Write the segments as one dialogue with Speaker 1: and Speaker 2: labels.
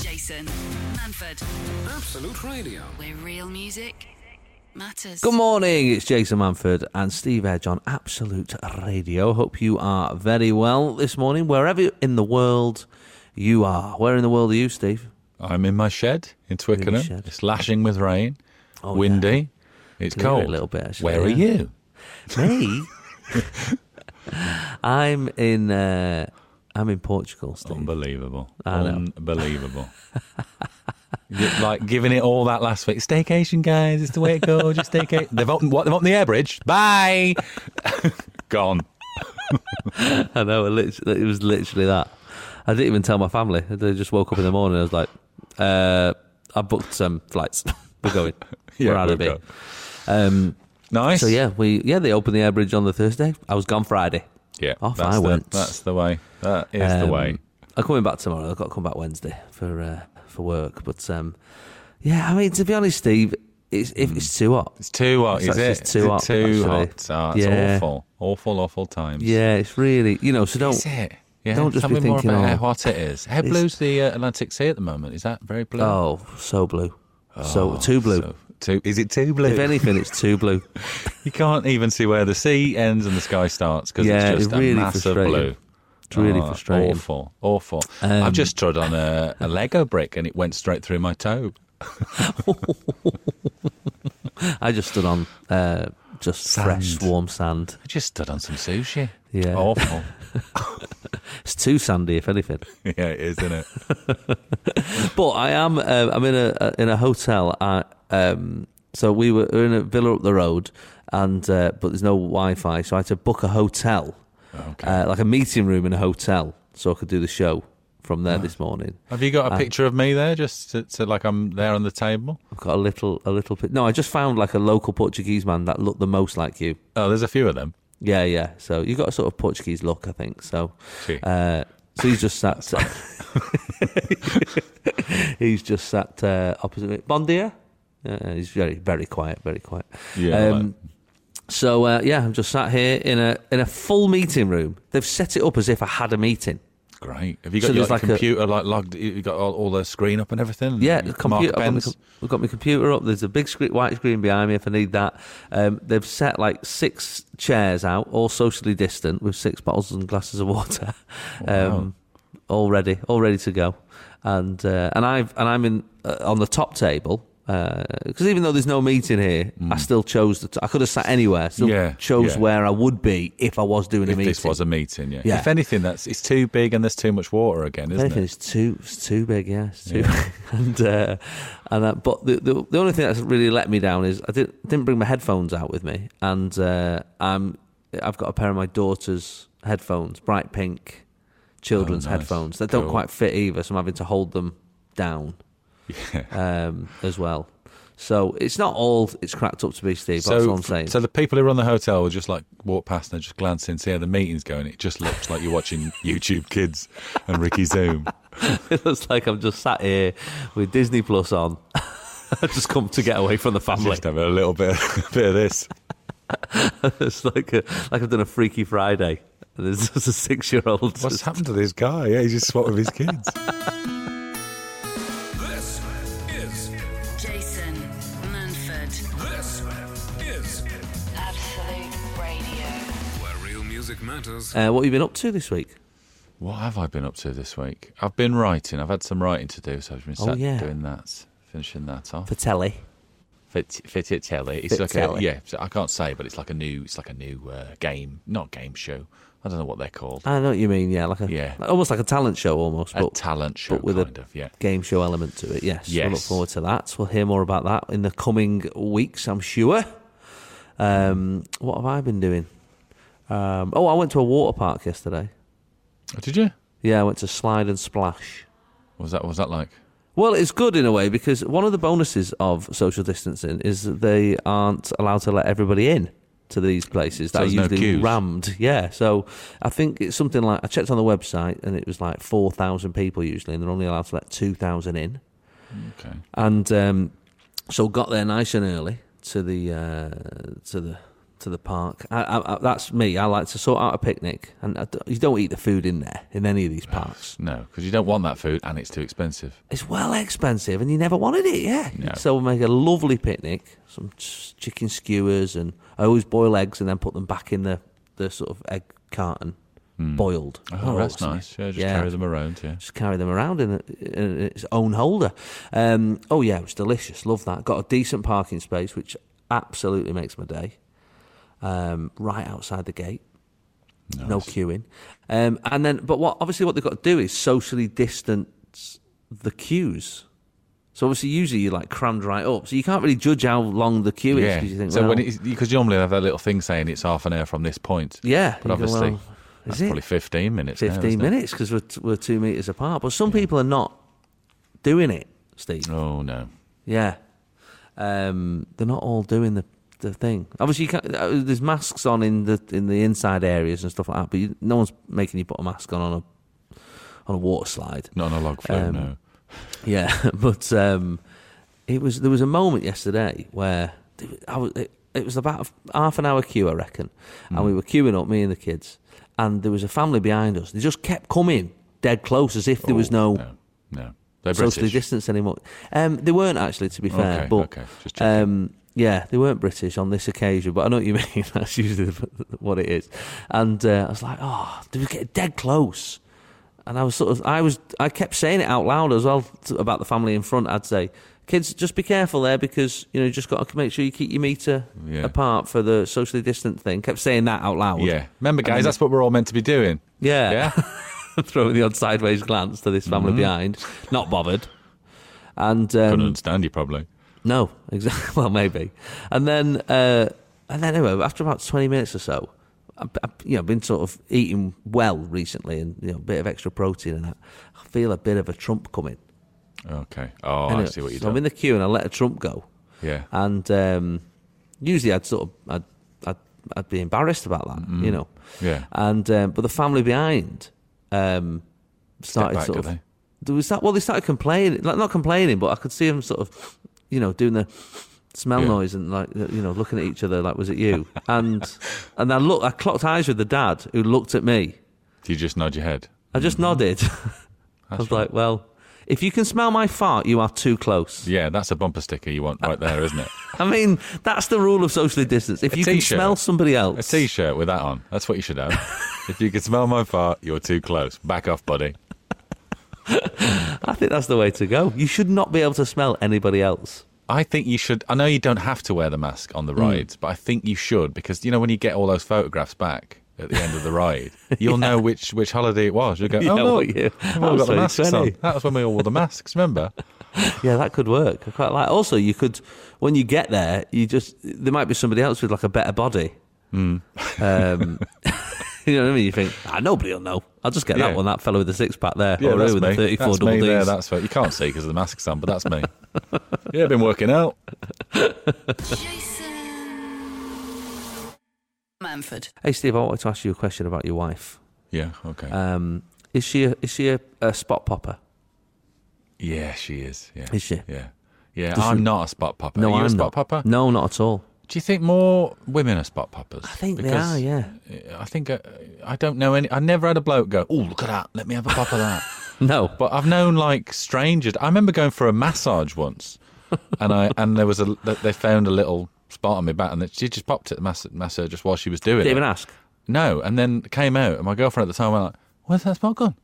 Speaker 1: Jason Manford,
Speaker 2: Absolute Radio.
Speaker 1: where real music matters.
Speaker 3: Good morning, it's Jason Manford and Steve Edge on Absolute Radio. Hope you are very well this morning, wherever in the world you are. Where in the world are you, Steve?
Speaker 4: I'm in my shed in Twickenham.
Speaker 3: shed. Oh,
Speaker 4: It's lashing with rain, windy. It's
Speaker 3: Can hear it
Speaker 4: cold.
Speaker 3: a little bit, actually,
Speaker 4: Where
Speaker 3: yeah.
Speaker 4: are
Speaker 3: Me?
Speaker 4: you?
Speaker 3: I'm in. Uh, I'm in Portugal, Steve.
Speaker 4: Unbelievable.
Speaker 3: I know.
Speaker 4: Unbelievable. You're, like giving it all that last week. Staycation, guys. It's the way it goes. Just staycation. They've opened what? They've opened the air bridge. Bye. Gone.
Speaker 3: I know. lit- It was literally that. I didn't even tell my family. They just woke up in the morning. I was like, uh, "I booked some flights. we're going.
Speaker 4: Yeah,
Speaker 3: we're out of
Speaker 4: we'll
Speaker 3: here." Um,
Speaker 4: Nice.
Speaker 3: so yeah, we yeah they opened the air bridge on the Thursday. I was gone Friday.
Speaker 4: Yeah.
Speaker 3: Off
Speaker 4: that's
Speaker 3: I
Speaker 4: the,
Speaker 3: went.
Speaker 4: That's the way. That is the
Speaker 3: Um,
Speaker 4: way.
Speaker 3: I'm coming back tomorrow. I've got to come back Wednesday for uh, for work. But um, yeah, I mean to be honest, Steve, it's if
Speaker 4: Hmm.
Speaker 3: it's too hot.
Speaker 4: It's too hot,
Speaker 3: It's
Speaker 4: is
Speaker 3: actually
Speaker 4: it?
Speaker 3: too
Speaker 4: Is it
Speaker 3: hot,
Speaker 4: Too
Speaker 3: actually.
Speaker 4: hot. Oh, it's
Speaker 3: Yeah.
Speaker 4: awful. Awful, awful times.
Speaker 3: Yeah, it's really you know. So
Speaker 4: Is
Speaker 3: don't.
Speaker 4: it? Yeah,
Speaker 3: don't just
Speaker 4: tell
Speaker 3: be
Speaker 4: me more
Speaker 3: thinking,
Speaker 4: about
Speaker 3: oh,
Speaker 4: how hot it is. How
Speaker 3: it's-
Speaker 4: blue's the uh, Atlantic Sea at the moment? Is that very blue?
Speaker 3: Oh, so blue. so too blue.
Speaker 4: Oh, So, too, is it too blue?
Speaker 3: if anything, it's too blue.
Speaker 4: you can't even see where the sea ends and the sky starts because
Speaker 3: Yeah,
Speaker 4: it's
Speaker 3: it's
Speaker 4: just
Speaker 3: really
Speaker 4: a massive
Speaker 3: frustrating.
Speaker 4: blue.
Speaker 3: It's really
Speaker 4: Oh,
Speaker 3: frustrating.
Speaker 4: Awful, awful.
Speaker 3: Um,
Speaker 4: I've just trod on a, a Lego brick and it went straight through my toe.
Speaker 3: I just stood on uh, just fresh,
Speaker 4: Sand.
Speaker 3: warm sand.
Speaker 4: I just stood on some sushi.
Speaker 3: Yeah.
Speaker 4: Awful.
Speaker 3: It's too sandy, if anything.
Speaker 4: yeah, it is, isn't it?
Speaker 3: But I am. Uh, I'm in a, a in a hotel. Uh um, so we were in a villa up the road, and uh, but there's no Wi-Fi, so I had to book a hotel,
Speaker 4: Oh, Okay.
Speaker 3: uh, like a meeting room in a hotel, so I could do the show from there this morning.
Speaker 4: Have you got a picture of me there just to, to like I'm there on the table?
Speaker 3: I've got a little, a little. bit- No, I just found like a local Portuguese man that looked the most like you.
Speaker 4: Oh, there's a few of them.
Speaker 3: Yeah, yeah. So you got a sort of Portuguese look, I think. So,
Speaker 4: Gee.
Speaker 3: uh, so he's just sat. he's just sat uh, opposite me. Bon dia. Uh, he's very, very quiet, very quiet.
Speaker 4: Yeah,
Speaker 3: um,
Speaker 4: like-
Speaker 3: so uh, yeah, I'm just sat here in a in a full meeting room. They've set it up as if I had a meeting.
Speaker 4: Great. Have you
Speaker 3: So
Speaker 4: got your
Speaker 3: there's
Speaker 4: like,
Speaker 3: like a-
Speaker 4: computer like logged? You got all, all the screen up and everything. And
Speaker 3: Yeah,
Speaker 4: you-
Speaker 3: the
Speaker 4: Mm, Mark
Speaker 3: computer. I've got, my,
Speaker 4: Benz?
Speaker 3: com- I've got my computer up. There's a big screen, white screen behind me if I need that. Um, they've set like six chairs out, all socially distant, with six bottles and glasses of water, um, all ready, all ready to go. And uh, and I've and I'm in uh, on the top table because even though there's no meeting here, I still chose. The t- I could have sat anywhere. Still
Speaker 4: Mm. Yeah,
Speaker 3: chose
Speaker 4: yeah.
Speaker 3: where I would be if I was doing a
Speaker 4: If
Speaker 3: meeting.
Speaker 4: this was a meeting, yeah.
Speaker 3: Yeah.
Speaker 4: If anything, that's it's too big and there's too much water again,
Speaker 3: If
Speaker 4: isn't
Speaker 3: anything,
Speaker 4: it?
Speaker 3: it's too it's too big, yeah. It's too and uh, and uh, but the, the the only thing that's really let me down is I didn't didn't bring my headphones out with me, and uh, I'm I've got a pair of my daughter's headphones, bright pink children's
Speaker 4: Oh, nice.
Speaker 3: headphones that don't
Speaker 4: Cool.
Speaker 3: quite fit either, so I'm having to hold them down um, as well. So it's not all it's cracked up to be, Steve. that's
Speaker 4: So,
Speaker 3: what I'm saying.
Speaker 4: so the people who run the hotel will just like walk past and just glance in, see how the meeting's going. It just looks like you're watching YouTube Kids and Ricky Zoom.
Speaker 3: it looks like I'm just sat here with Disney Plus on. I just come to get away from the family.
Speaker 4: Just having a little bit, bit of this.
Speaker 3: it's like a, like I've done a Freaky Friday. And there's just a six year old.
Speaker 4: What's happened to this guy? Yeah, he's just swapped with his kids.
Speaker 2: This is
Speaker 1: Jason Manford,
Speaker 2: this is
Speaker 1: Absolute Radio.
Speaker 2: where real music matters.
Speaker 3: Uh, what have you been up to this week?
Speaker 4: What have I been up to this week? I've been writing. I've had some writing to do, so I've been
Speaker 3: Oh,
Speaker 4: sat
Speaker 3: yeah.
Speaker 4: doing that, finishing that off.
Speaker 3: For telly.
Speaker 4: Fit- Fititelli. It's like
Speaker 3: Fititelli.
Speaker 4: a yeah. so I can't say, but it's like a new. It's like a new uh, game, not game show. I don't know what they're called.
Speaker 3: I know what you mean, yeah. Like a,
Speaker 4: Yeah.
Speaker 3: Almost like a talent show, almost.
Speaker 4: a
Speaker 3: Ah, but,
Speaker 4: talent show,
Speaker 3: but with
Speaker 4: kind
Speaker 3: a
Speaker 4: of. Yeah.
Speaker 3: game show element to it, yes. We'll look
Speaker 4: Yes.
Speaker 3: forward to that. We'll hear more about that in the coming weeks, I'm sure. Um, what have I been doing? Um, oh, I went to a water park yesterday.
Speaker 4: Oh, did you?
Speaker 3: Yeah, I went to Slide and Splash.
Speaker 4: What was that? What was that like?
Speaker 3: Well, it's good in a way because one of the bonuses of social distancing is that they aren't allowed to let everybody in to these places that
Speaker 4: So
Speaker 3: are
Speaker 4: there's no
Speaker 3: usually
Speaker 4: queues.
Speaker 3: rammed. Yeah, so I think it's something like I checked on the website and it was like four thousand people usually, and they're only allowed to let two thousand in.
Speaker 4: Okay.
Speaker 3: And um, so got there nice and early to the uh, to the to the park. I, I, I, that's me. I like to sort out a picnic, and I d you don't eat the food in there in any of these parks.
Speaker 4: No, because you don't want that food and it's too expensive.
Speaker 3: It's well expensive, and you never wanted it. Yeah.
Speaker 4: No.
Speaker 3: So we make a lovely picnic, some ch- chicken skewers, and I always boil eggs and then put them back in the the sort of egg carton, boiled.
Speaker 4: Oh, that's
Speaker 3: Awesome.
Speaker 4: nice. Yeah, just
Speaker 3: Yeah.
Speaker 4: carry them around. Yeah.
Speaker 3: just carry them around in, a, in its own holder. Um, oh yeah, it was delicious. Love that. Got a decent parking space, which absolutely makes my day. Um, right outside the gate, no queuing. Um, and then, but what obviously what they've got to do is socially distance the queues. So obviously, usually you're like crammed right up, so you can't really judge how long the queue is.
Speaker 4: Yeah.
Speaker 3: 'cause you think,
Speaker 4: so
Speaker 3: well,
Speaker 4: when it's because normally they have that little thing saying it's half an hour from this point.
Speaker 3: yeah,
Speaker 4: But
Speaker 3: you go,
Speaker 4: obviously,
Speaker 3: well,
Speaker 4: that's
Speaker 3: is it?
Speaker 4: probably 15 minutes. now,
Speaker 3: 15
Speaker 4: isn't it?
Speaker 3: minutes because we're, t- we're two meters apart. But some people are not doing it, Steve.
Speaker 4: Oh, no.
Speaker 3: Yeah, um, they're not all doing the the thing. Obviously, you can't, uh, there's masks on in the in the inside areas and stuff like that. But you, no one's making you put a mask on on a on a water slide.
Speaker 4: Not on a log flume,
Speaker 3: Um,
Speaker 4: no.
Speaker 3: Yeah, but um, it was there was a moment yesterday where there was- I was, it, it was about a half an hour queue, I reckon, and we were queuing up, me and the kids, and there was a family behind us. They just kept coming dead close, as if there was
Speaker 4: Oh,
Speaker 3: no.
Speaker 4: No. no. They're
Speaker 3: socially
Speaker 4: British.
Speaker 3: distanced anymore. Um, they weren't actually, to be fair.
Speaker 4: Okay,
Speaker 3: but
Speaker 4: okay, just checking.
Speaker 3: um, yeah, they weren't British on this occasion. But I know what you mean. That's usually the, what it is. And uh, I was like, oh, did we get dead close? And I was sort of, I was, I kept saying it out loud as well to, about the family in front. I'd say, kids, just be careful there because you know you just got to make sure you keep your meter
Speaker 4: Yeah.
Speaker 3: apart for the socially distant thing. Kept saying that out loud.
Speaker 4: Yeah. Remember, guys, that's what we're all meant to be doing.
Speaker 3: Yeah.
Speaker 4: Yeah. Mm-hmm.
Speaker 3: Throwing the odd sideways glance to this family behind, not bothered. And
Speaker 4: Couldn't
Speaker 3: um,
Speaker 4: understand you, probably.
Speaker 3: No, exactly. Well, maybe. And then, uh, and then anyway, after about twenty minutes or so, I've, I've, you know, been sort of eating well recently, and you know, a bit of extra protein and that. I feel a bit of a trump coming.
Speaker 4: Okay. Oh, I
Speaker 3: Anyway,
Speaker 4: see what you're
Speaker 3: so I'm in
Speaker 4: doing.
Speaker 3: the queue and I let a trump go,
Speaker 4: Yeah.
Speaker 3: and um, usually I'd sort of, I'd, I'd, I'd be embarrassed about that,
Speaker 4: Mm-hmm.
Speaker 3: you know.
Speaker 4: Yeah.
Speaker 3: And um, but the family behind um, started
Speaker 4: back,
Speaker 3: sort
Speaker 4: did
Speaker 3: of.
Speaker 4: they?
Speaker 3: There was that. Well, they started complaining, like not complaining, but I could see them sort of, you know, doing the smell
Speaker 4: Yeah.
Speaker 3: noise and like you know looking at each other like was it you and and I look I clocked eyes with the dad who looked at me.
Speaker 4: Do you just nod your head?
Speaker 3: I just nodded. I was like, well, if you can smell my fart, you are too close.
Speaker 4: Yeah, that's a bumper sticker you want right there, isn't it?
Speaker 3: I mean, that's the rule of socially distance. If
Speaker 4: A
Speaker 3: you can
Speaker 4: t-shirt.
Speaker 3: smell somebody
Speaker 4: A
Speaker 3: else,
Speaker 4: t shirt with that on. That's what you should have. if you can smell my fart, you're too close. Back off, buddy.
Speaker 3: I think that's the way to go. You should not be able to smell anybody else.
Speaker 4: I think you should. I know you don't have to wear the mask on the
Speaker 3: Hmm.
Speaker 4: rides, but I think you should because you know when you get all those photographs back at the end of the ride, you'll know which which holiday it was. You'll go,
Speaker 3: Yeah,
Speaker 4: oh
Speaker 3: what
Speaker 4: look,
Speaker 3: year?
Speaker 4: we've all
Speaker 3: That
Speaker 4: got
Speaker 3: was
Speaker 4: the masks on.
Speaker 3: 2020.
Speaker 4: That was when we all wore the masks. Remember?
Speaker 3: Yeah, that could work. I quite like. Also, you could when you get there, you just there might be somebody else with like a better body.
Speaker 4: Hmm.
Speaker 3: Um, you know what I mean? You think ah, nobody will know. I'll just get
Speaker 4: Yeah.
Speaker 3: that one, that fellow with the six pack there, or
Speaker 4: that's
Speaker 3: with
Speaker 4: me.
Speaker 3: the thirty-four
Speaker 4: that's
Speaker 3: double
Speaker 4: me
Speaker 3: Ds.
Speaker 4: there. That's what you can't see because of the masks on, but that's me. yeah, I've been working out.
Speaker 1: Jason Manford.
Speaker 3: Hey, Steve, I wanted to ask you a question about your wife.
Speaker 4: Yeah. Okay.
Speaker 3: Um, is she a, is she a, a spot popper?
Speaker 4: yeah, she is. Yeah.
Speaker 3: is she?
Speaker 4: Yeah. Yeah. I'm not a spot popper.
Speaker 3: No,
Speaker 4: Are you
Speaker 3: I'm
Speaker 4: a spot
Speaker 3: not.
Speaker 4: popper?
Speaker 3: No, not at all.
Speaker 4: Do you think more women are spot poppers?
Speaker 3: I think they are. Yeah.
Speaker 4: I think uh, I don't know any. I never had a bloke go, "Oh, look at that! Let me have a pop of that."
Speaker 3: No, but
Speaker 4: but I've known like strangers. I remember going for a massage once, and I and there was a that they found a little spot on my back, and that she just popped at the mass- masseur just while she was doing
Speaker 3: didn't
Speaker 4: it.
Speaker 3: even ask.
Speaker 4: No, and then came out, and my girlfriend at the time went like, "Where's that spot gone?"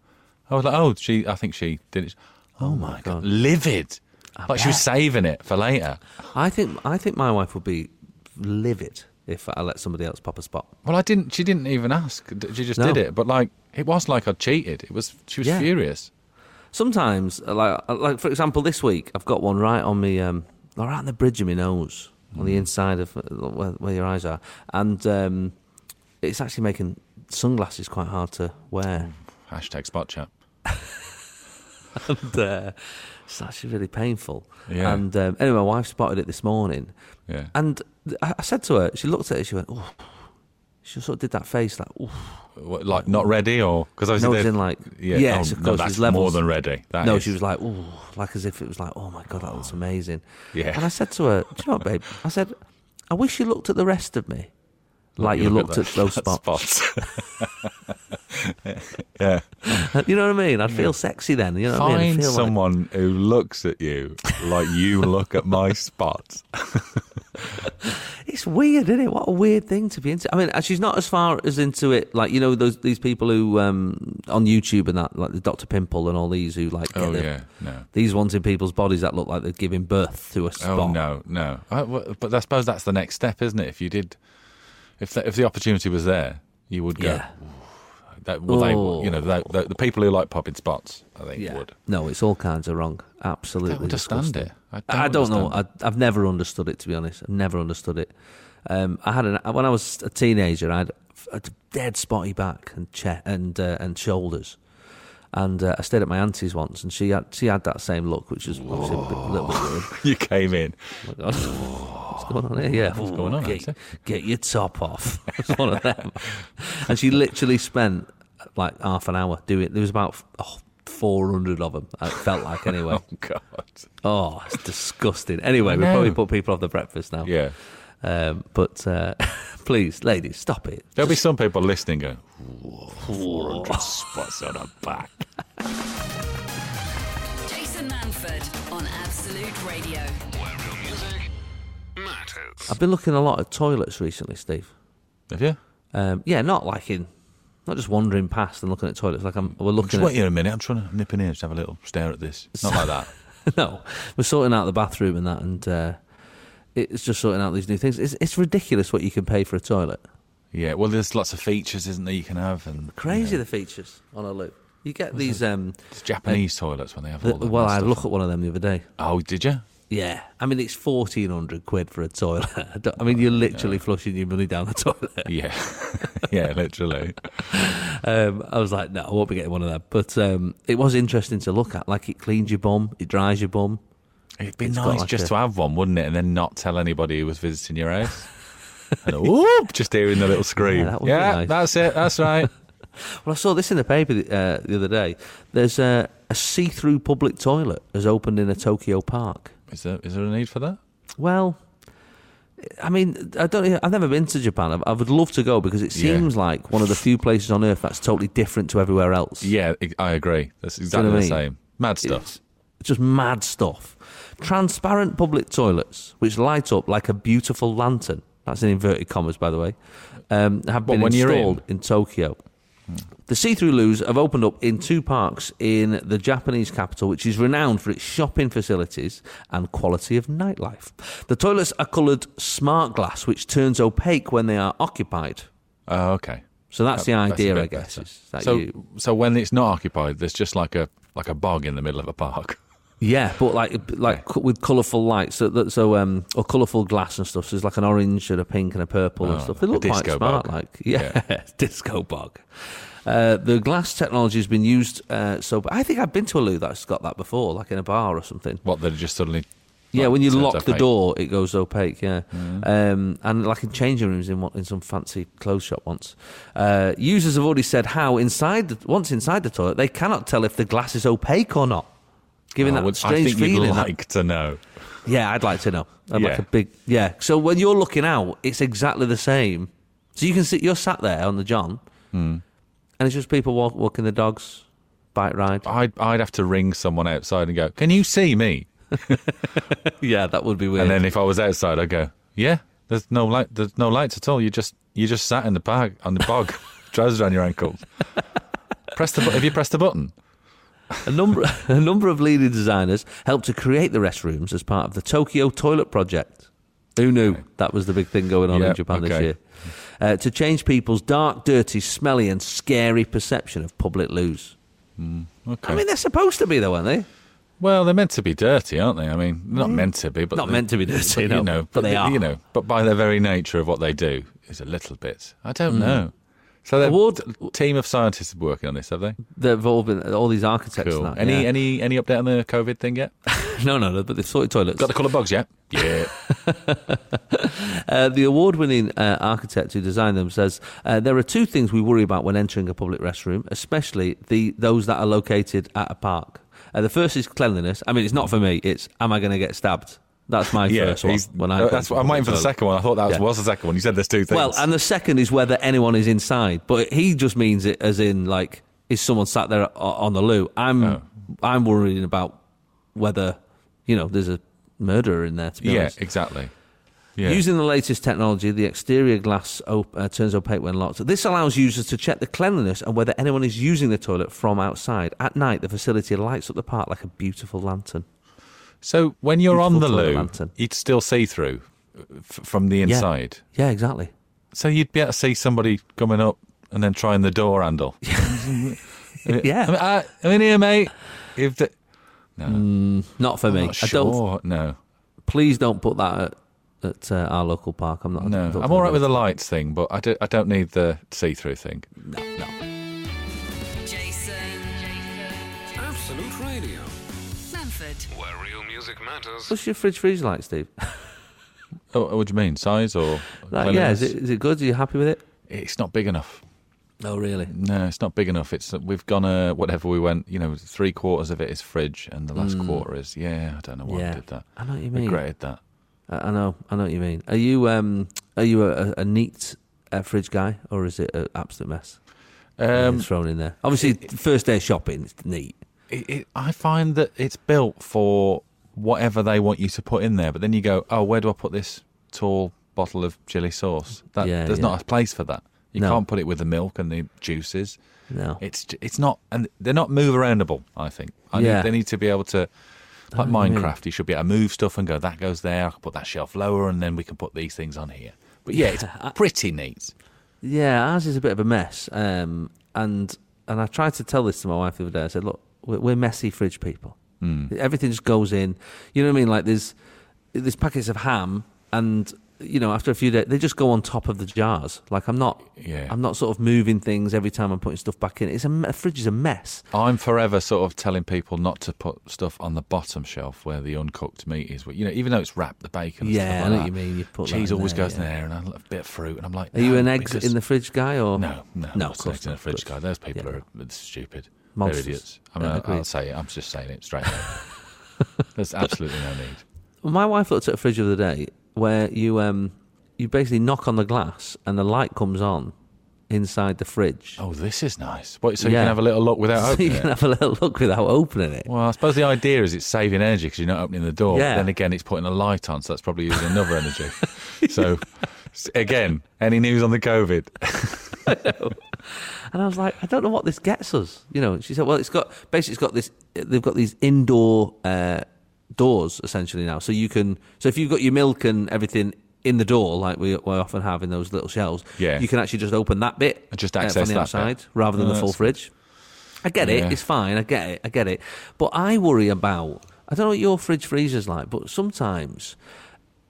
Speaker 4: I was like, "Oh, she. I think she did it." Oh, my god, livid! like she was saving it for later.
Speaker 3: I think I think my wife would be livid if I let somebody else pop a spot.
Speaker 4: Well, I didn't. She didn't even ask. D- She just
Speaker 3: No.
Speaker 4: did it. But like, it was like I cheated. It was. She was
Speaker 3: Yeah.
Speaker 4: furious.
Speaker 3: sometimes, uh, like like for example, this week I've got one right on me, um, right on the bridge of my nose, on
Speaker 4: Mm.
Speaker 3: the inside of uh, where, where your eyes are, and um, it's actually making sunglasses quite hard to wear.
Speaker 4: Hashtag spot chat.
Speaker 3: and, uh, it's actually really painful.
Speaker 4: Mm. Yeah.
Speaker 3: And um, anyway, my wife spotted it this morning,
Speaker 4: Yeah.
Speaker 3: and I, I said to her, she looked at it, she went, "Oh." She sort of did that face like, "Oof."
Speaker 4: What, like not ready or because I was
Speaker 3: No, as in, like- yes, of course,
Speaker 4: oh, that's
Speaker 3: there's levels.
Speaker 4: more than ready. That
Speaker 3: no,
Speaker 4: is-
Speaker 3: she was like, "Ooh," like as if it was like, "Oh my god, that looks amazing."
Speaker 4: Yeah.
Speaker 3: And I said to her, "Do you know what, babe?" I said, "I wish you looked at the rest of me like you,
Speaker 4: look
Speaker 3: looked at,
Speaker 4: that-
Speaker 3: those
Speaker 4: that
Speaker 3: spots.
Speaker 4: spot. yeah.
Speaker 3: you know what I mean? I'd feel sexy then. You know what I mean? I'd
Speaker 4: Find
Speaker 3: feel like-
Speaker 4: someone who looks at you like you look at my spots.
Speaker 3: It's weird, isn't it? What a weird thing to be into. I mean, she's not as far as into it. Like you know, those these people who um, on YouTube and that, like the Doctor Pimple and all these who like. get
Speaker 4: Oh,
Speaker 3: the-
Speaker 4: yeah. No.
Speaker 3: These ones in people's bodies that look like they're giving birth to a spot.
Speaker 4: Oh no, no. I, wh- but I suppose that's the next step, isn't it? If you did, if the, if the opportunity was there, you would go.
Speaker 3: Yeah.
Speaker 4: That, well, they, you know,
Speaker 3: Oh.
Speaker 4: they, the- the people who like popping spots, I think
Speaker 3: Yeah.
Speaker 4: would.
Speaker 3: No, it's all kinds of wrong. Absolutely.
Speaker 4: I don't understand
Speaker 3: disgusting.
Speaker 4: it. I don't,
Speaker 3: I don't know.
Speaker 4: understand
Speaker 3: I, I've never understood it to be honest. I've never understood it. Um, I had an when I was a teenager, I had a dead spotty back and che- and uh, and shoulders, and uh, I stayed at my auntie's once, and she had she had that same look, which was obviously a bit, little bit weird.
Speaker 4: it. You came in.
Speaker 3: Oh my God. What's going on here? Yeah, what's
Speaker 4: going on,
Speaker 3: Get,
Speaker 4: Anita?
Speaker 3: get your top off. It's one of them. and she literally spent like half an hour doing. There was about oh, 400 of them. It felt like anyway.
Speaker 4: Oh God.
Speaker 3: oh, it's disgusting. Anyway, we
Speaker 4: know.
Speaker 3: probably put people off the breakfast now.
Speaker 4: Yeah.
Speaker 3: Um, but uh, please, ladies, stop it.
Speaker 4: There'll be some people listening going, four hundred spots on a back.
Speaker 1: Jason Manford on Absolute Radio.
Speaker 2: Where real music matters.
Speaker 3: I've been looking a lot at toilets recently, Steve.
Speaker 4: Have you?
Speaker 3: Um, yeah, not like in, not just wandering past and looking at toilets. Like I'm, we're looking
Speaker 4: Just
Speaker 3: at
Speaker 4: wait here a minute. I'm trying to nip in here, just have a little stare at this. Not like that.
Speaker 3: no, we're sorting out the bathroom and that, and uh, it's just sorting out these new things. It's, it's ridiculous what you can pay for a toilet.
Speaker 4: Yeah. Well, there's lots of features, isn't there? You can have and
Speaker 3: Crazy the features on a loop. You get these. Um,
Speaker 4: It's Japanese toilets when they have
Speaker 3: the-
Speaker 4: all that.
Speaker 3: well, I
Speaker 4: stuff.
Speaker 3: look at one of them the other day.
Speaker 4: Oh, did you?
Speaker 3: Yeah, I mean it's fourteen hundred quid for a toilet. I, don't- I mean you're literally flushing your money down the toilet.
Speaker 4: Yeah, yeah, literally.
Speaker 3: Um, I was like, no, I won't be getting one of them. But um, it was interesting to look at. Like it cleans your bum, it dries your bum.
Speaker 4: It'd be
Speaker 3: It's got
Speaker 4: nice
Speaker 3: like
Speaker 4: just
Speaker 3: a-
Speaker 4: to have one, wouldn't it? And then not tell anybody who was visiting your house. and whoop, just hearing the little
Speaker 3: Yeah,
Speaker 4: scream. Yeah,
Speaker 3: that would be nice.
Speaker 4: that's it. That's right.
Speaker 3: Well, I saw this in the paper the, uh, the other day. There's a, a see-through public toilet has opened in a Tokyo park.
Speaker 4: is there is there a need for that?
Speaker 3: Well, I mean, I don't. I've never been to Japan. I, I would love to go because it
Speaker 4: Yeah.
Speaker 3: seems like one of the few places on earth that's totally different to everywhere else.
Speaker 4: Yeah, I- I agree. That's
Speaker 3: what
Speaker 4: exactly
Speaker 3: I
Speaker 4: the
Speaker 3: mean?
Speaker 4: same. Mad stuff.
Speaker 3: It's just mad stuff. Transparent public toilets, which light up like a beautiful lantern. That's in inverted commas, by the way. Um, have
Speaker 4: What,
Speaker 3: been
Speaker 4: when you're in?
Speaker 3: installed in Tokyo. The see-through loos have opened up in two parks in the Japanese capital, which is renowned for its shopping facilities and quality of nightlife. The toilets are coloured smart glass, which turns opaque when they are occupied.
Speaker 4: Oh, okay.
Speaker 3: So that's the
Speaker 4: That- a
Speaker 3: idea,
Speaker 4: bit
Speaker 3: I guess.
Speaker 4: better.
Speaker 3: Is that
Speaker 4: so
Speaker 3: you,
Speaker 4: so when it's not occupied, there's just like a like a bog in the middle of a park.
Speaker 3: Yeah, but like like co- with colourful lights, so that- so um or colourful glass and stuff. So there's like an orange and a pink and a purple and
Speaker 4: Oh,
Speaker 3: stuff. They
Speaker 4: a
Speaker 3: look quite
Speaker 4: disco
Speaker 3: smart,
Speaker 4: bug.
Speaker 3: like yeah, disco bug. Uh, the glass technology has been used. Uh, so I think I've been to a loo that's got that before, like in a bar or something.
Speaker 4: What they just suddenly.
Speaker 3: yeah,
Speaker 4: like,
Speaker 3: when you
Speaker 4: turns Mm.
Speaker 3: lock the
Speaker 4: opaque.
Speaker 3: door, it goes opaque. Yeah, um, and like in changing rooms in one, in some fancy clothes shop once. Uh, users have already said how inside the, once inside the toilet they cannot tell if the glass is opaque or not, giving
Speaker 4: Oh, I
Speaker 3: that
Speaker 4: would- I
Speaker 3: strange
Speaker 4: think
Speaker 3: feeling.
Speaker 4: you'd
Speaker 3: that-
Speaker 4: like to know.
Speaker 3: yeah, I'd like to know. I'd like
Speaker 4: Yeah.
Speaker 3: a big yeah. So when you're looking out, it's exactly the same. So you can sit. You're sat there on the John, and it's just people walk, walking the dogs, bike ride.
Speaker 4: I'd I'd have to ring someone outside and go, "Can you see me?"
Speaker 3: Yeah, that would be weird.
Speaker 4: And then if I was outside, I'd go, "Yeah, there's no light. There's no lights at all. You just you just sat in the park on the bog, trousers around your ankles. press the bu- have you pressed the button?
Speaker 3: a number a number of leading designers helped to create the restrooms as part of the Tokyo Toilet Project. Who knew that was the big thing going on
Speaker 4: Yeah,
Speaker 3: in Japan this
Speaker 4: okay.
Speaker 3: year? Uh, to change people's dark, dirty, smelly, and scary perception of public loos.
Speaker 4: Okay.
Speaker 3: I mean, they're supposed to be though, aren't they?
Speaker 4: well, they're meant to be dirty, aren't they? I mean, not meant to be, but
Speaker 3: Mm. Not
Speaker 4: they-
Speaker 3: meant to be
Speaker 4: but,
Speaker 3: dirty,
Speaker 4: you
Speaker 3: no,
Speaker 4: know,
Speaker 3: but they are.
Speaker 4: You know, but by their very nature of what they do, is a little bit. I don't know. So the
Speaker 3: Mm. Award-
Speaker 4: team of scientists are working on this, have they?
Speaker 3: They've all been all these architects.
Speaker 4: Cool.
Speaker 3: And that,
Speaker 4: any
Speaker 3: yeah.
Speaker 4: any any update on the COVID thing yet?
Speaker 3: No, no, no, but they've sorted toilets.
Speaker 4: Got the colour bugs yet? Yeah.
Speaker 3: uh, the award winning uh, architect who designed them says uh, there are two things we worry about when entering a public restroom, especially the those that are located at a park. Uh, the first is cleanliness. I mean, it's not for me, it's am I going to get stabbed? That's my
Speaker 4: Yeah,
Speaker 3: first one.
Speaker 4: he's-
Speaker 3: When I
Speaker 4: uh,
Speaker 3: come
Speaker 4: that's
Speaker 3: to
Speaker 4: what I'm
Speaker 3: it,
Speaker 4: waiting for the
Speaker 3: so-
Speaker 4: second one. I thought that was,
Speaker 3: Yeah.
Speaker 4: was the second one. You said there's two things.
Speaker 3: Well, and the second is whether anyone is inside, but he just means it as in like is someone sat there o- on the loo. I'm
Speaker 4: Oh.
Speaker 3: I'm worrying about whether you know there's a murderer in there. To be
Speaker 4: yeah,
Speaker 3: honest.
Speaker 4: exactly. Yeah.
Speaker 3: Using the latest technology, the exterior glass op- uh, turns opaque when locked. This allows users to check the cleanliness and whether anyone is using the toilet from outside. At night, the facility lights up the park like a beautiful lantern.
Speaker 4: so when you're on the
Speaker 3: Beautiful toilet
Speaker 4: loo,
Speaker 3: lantern.
Speaker 4: you'd still see through f- from the
Speaker 3: Yeah.
Speaker 4: inside.
Speaker 3: Yeah, exactly.
Speaker 4: So you'd be able to see somebody coming up and then trying the door handle.
Speaker 3: Yeah.
Speaker 4: I'm, I, I'm in here, mate. If the,
Speaker 3: Not for me.
Speaker 4: not
Speaker 3: I don't
Speaker 4: sure. no,
Speaker 3: please don't put that at, at uh, our local park. I'm not.
Speaker 4: no. I'm all right with the lights thing, but I, do, I don't need the see-through thing.
Speaker 1: Jason. Jason.
Speaker 2: Absolute Radio,
Speaker 1: Manford.
Speaker 2: where real music matters.
Speaker 3: What's your fridge freezer like, Steve?
Speaker 4: Oh, what do you mean, size or?
Speaker 3: Like, yeah, is
Speaker 4: cleanliness?
Speaker 3: it, is it good? Are you happy with it?
Speaker 4: It's not big enough.
Speaker 3: Oh, really?
Speaker 4: No, it's not big enough. It's we've gone uh, whatever we went. You know, three quarters of it is fridge, and the last quarter is yeah. I don't know why
Speaker 3: Mm. Yeah.
Speaker 4: we did that.
Speaker 3: I know what you mean.
Speaker 4: Regretted that.
Speaker 3: I, I know. I know what you mean. Are you um are you a, a- a neat uh, fridge guy or is it an absolute mess?
Speaker 4: Um,
Speaker 3: It's thrown in there. Obviously, first day shopping, it's neat.
Speaker 4: it, it, I find that it's built for whatever they want you to put in there, but then you go, oh, where do I put this tall bottle of chili sauce? That
Speaker 3: Yeah,
Speaker 4: there's
Speaker 3: yeah.
Speaker 4: not a place for that. You
Speaker 3: No.
Speaker 4: can't put it with the milk and the juices.
Speaker 3: No.
Speaker 4: It's j- it's not, and they're not move aroundable. I think. I
Speaker 3: Yeah.
Speaker 4: need, they need to be able to. Like
Speaker 3: know what you mean.
Speaker 4: Minecraft, you should be able to move stuff and go, that goes there, I can put that shelf lower, and then we can put these things on here. But yeah, it's pretty neat.
Speaker 3: Yeah, ours is a bit of a mess. Um, and and I tried to tell this to my wife the other day. I said, look, we're, we're messy fridge people.
Speaker 4: Hmm.
Speaker 3: Everything just goes in. You know what I mean? Like there's there's packets of ham, and you know after a few days they just go on top of the jars. Like I'm not,
Speaker 4: Yeah.
Speaker 3: I'm not sort of moving things every time I'm putting stuff back in. It's a, m- a fridge is a mess.
Speaker 4: I'm forever sort of telling people not to put stuff on the bottom shelf where the uncooked meat is. You know, even though it's wrapped, the bacon. And
Speaker 3: Yeah,
Speaker 4: stuff
Speaker 3: I know
Speaker 4: like that,
Speaker 3: what you mean. You put that
Speaker 4: cheese
Speaker 3: in
Speaker 4: always
Speaker 3: there,
Speaker 4: goes
Speaker 3: yeah.
Speaker 4: in there, and I love a bit of fruit, and I'm like,
Speaker 3: Are you
Speaker 4: no,
Speaker 3: an eggs
Speaker 4: because-
Speaker 3: in the fridge guy or
Speaker 4: No,
Speaker 3: No,
Speaker 4: no, no.
Speaker 3: of
Speaker 4: It's
Speaker 3: course
Speaker 4: eggs in
Speaker 3: not,
Speaker 4: the
Speaker 3: of course.
Speaker 4: fridge guy. Those people
Speaker 3: Yeah.
Speaker 4: are stupid.
Speaker 3: Monsters.
Speaker 4: They're idiots. I
Speaker 3: Yeah,
Speaker 4: mean, I-
Speaker 3: agreed.
Speaker 4: I'll say it. I'm just saying it straight. out. There's absolutely no need.
Speaker 3: My wife looked at a fridge the other day where you um you basically knock on the glass and the light comes on inside the fridge.
Speaker 4: Oh, this is nice. What, so you
Speaker 3: Yeah.
Speaker 4: can have a little look without
Speaker 3: so you
Speaker 4: opening
Speaker 3: can
Speaker 4: it.
Speaker 3: have a little look without opening it.
Speaker 4: Well, I suppose the idea is it's saving energy because you're not opening the door. but
Speaker 3: Yeah.
Speaker 4: Then again, it's putting a light on, so that's probably using another energy. So, s- again, any news on the COVID?
Speaker 3: And I was like, I don't know what this gets us. You know, and she said, well, it's got basically it's got this. They've got these indoor uh, doors essentially now, so you can. So if you've got your milk and everything in the door, like we, we often have in those little shelves,
Speaker 4: Yeah.
Speaker 3: you can actually just open that bit, uh,
Speaker 4: And just
Speaker 3: from
Speaker 4: access
Speaker 3: the
Speaker 4: that bit.
Speaker 3: outside rather than the
Speaker 4: Oh,
Speaker 3: full
Speaker 4: that's-
Speaker 3: fridge. I get it.
Speaker 4: Yeah.
Speaker 3: It's fine. I get it. I get it. But I worry about. I don't know what your fridge freezer's like, but sometimes,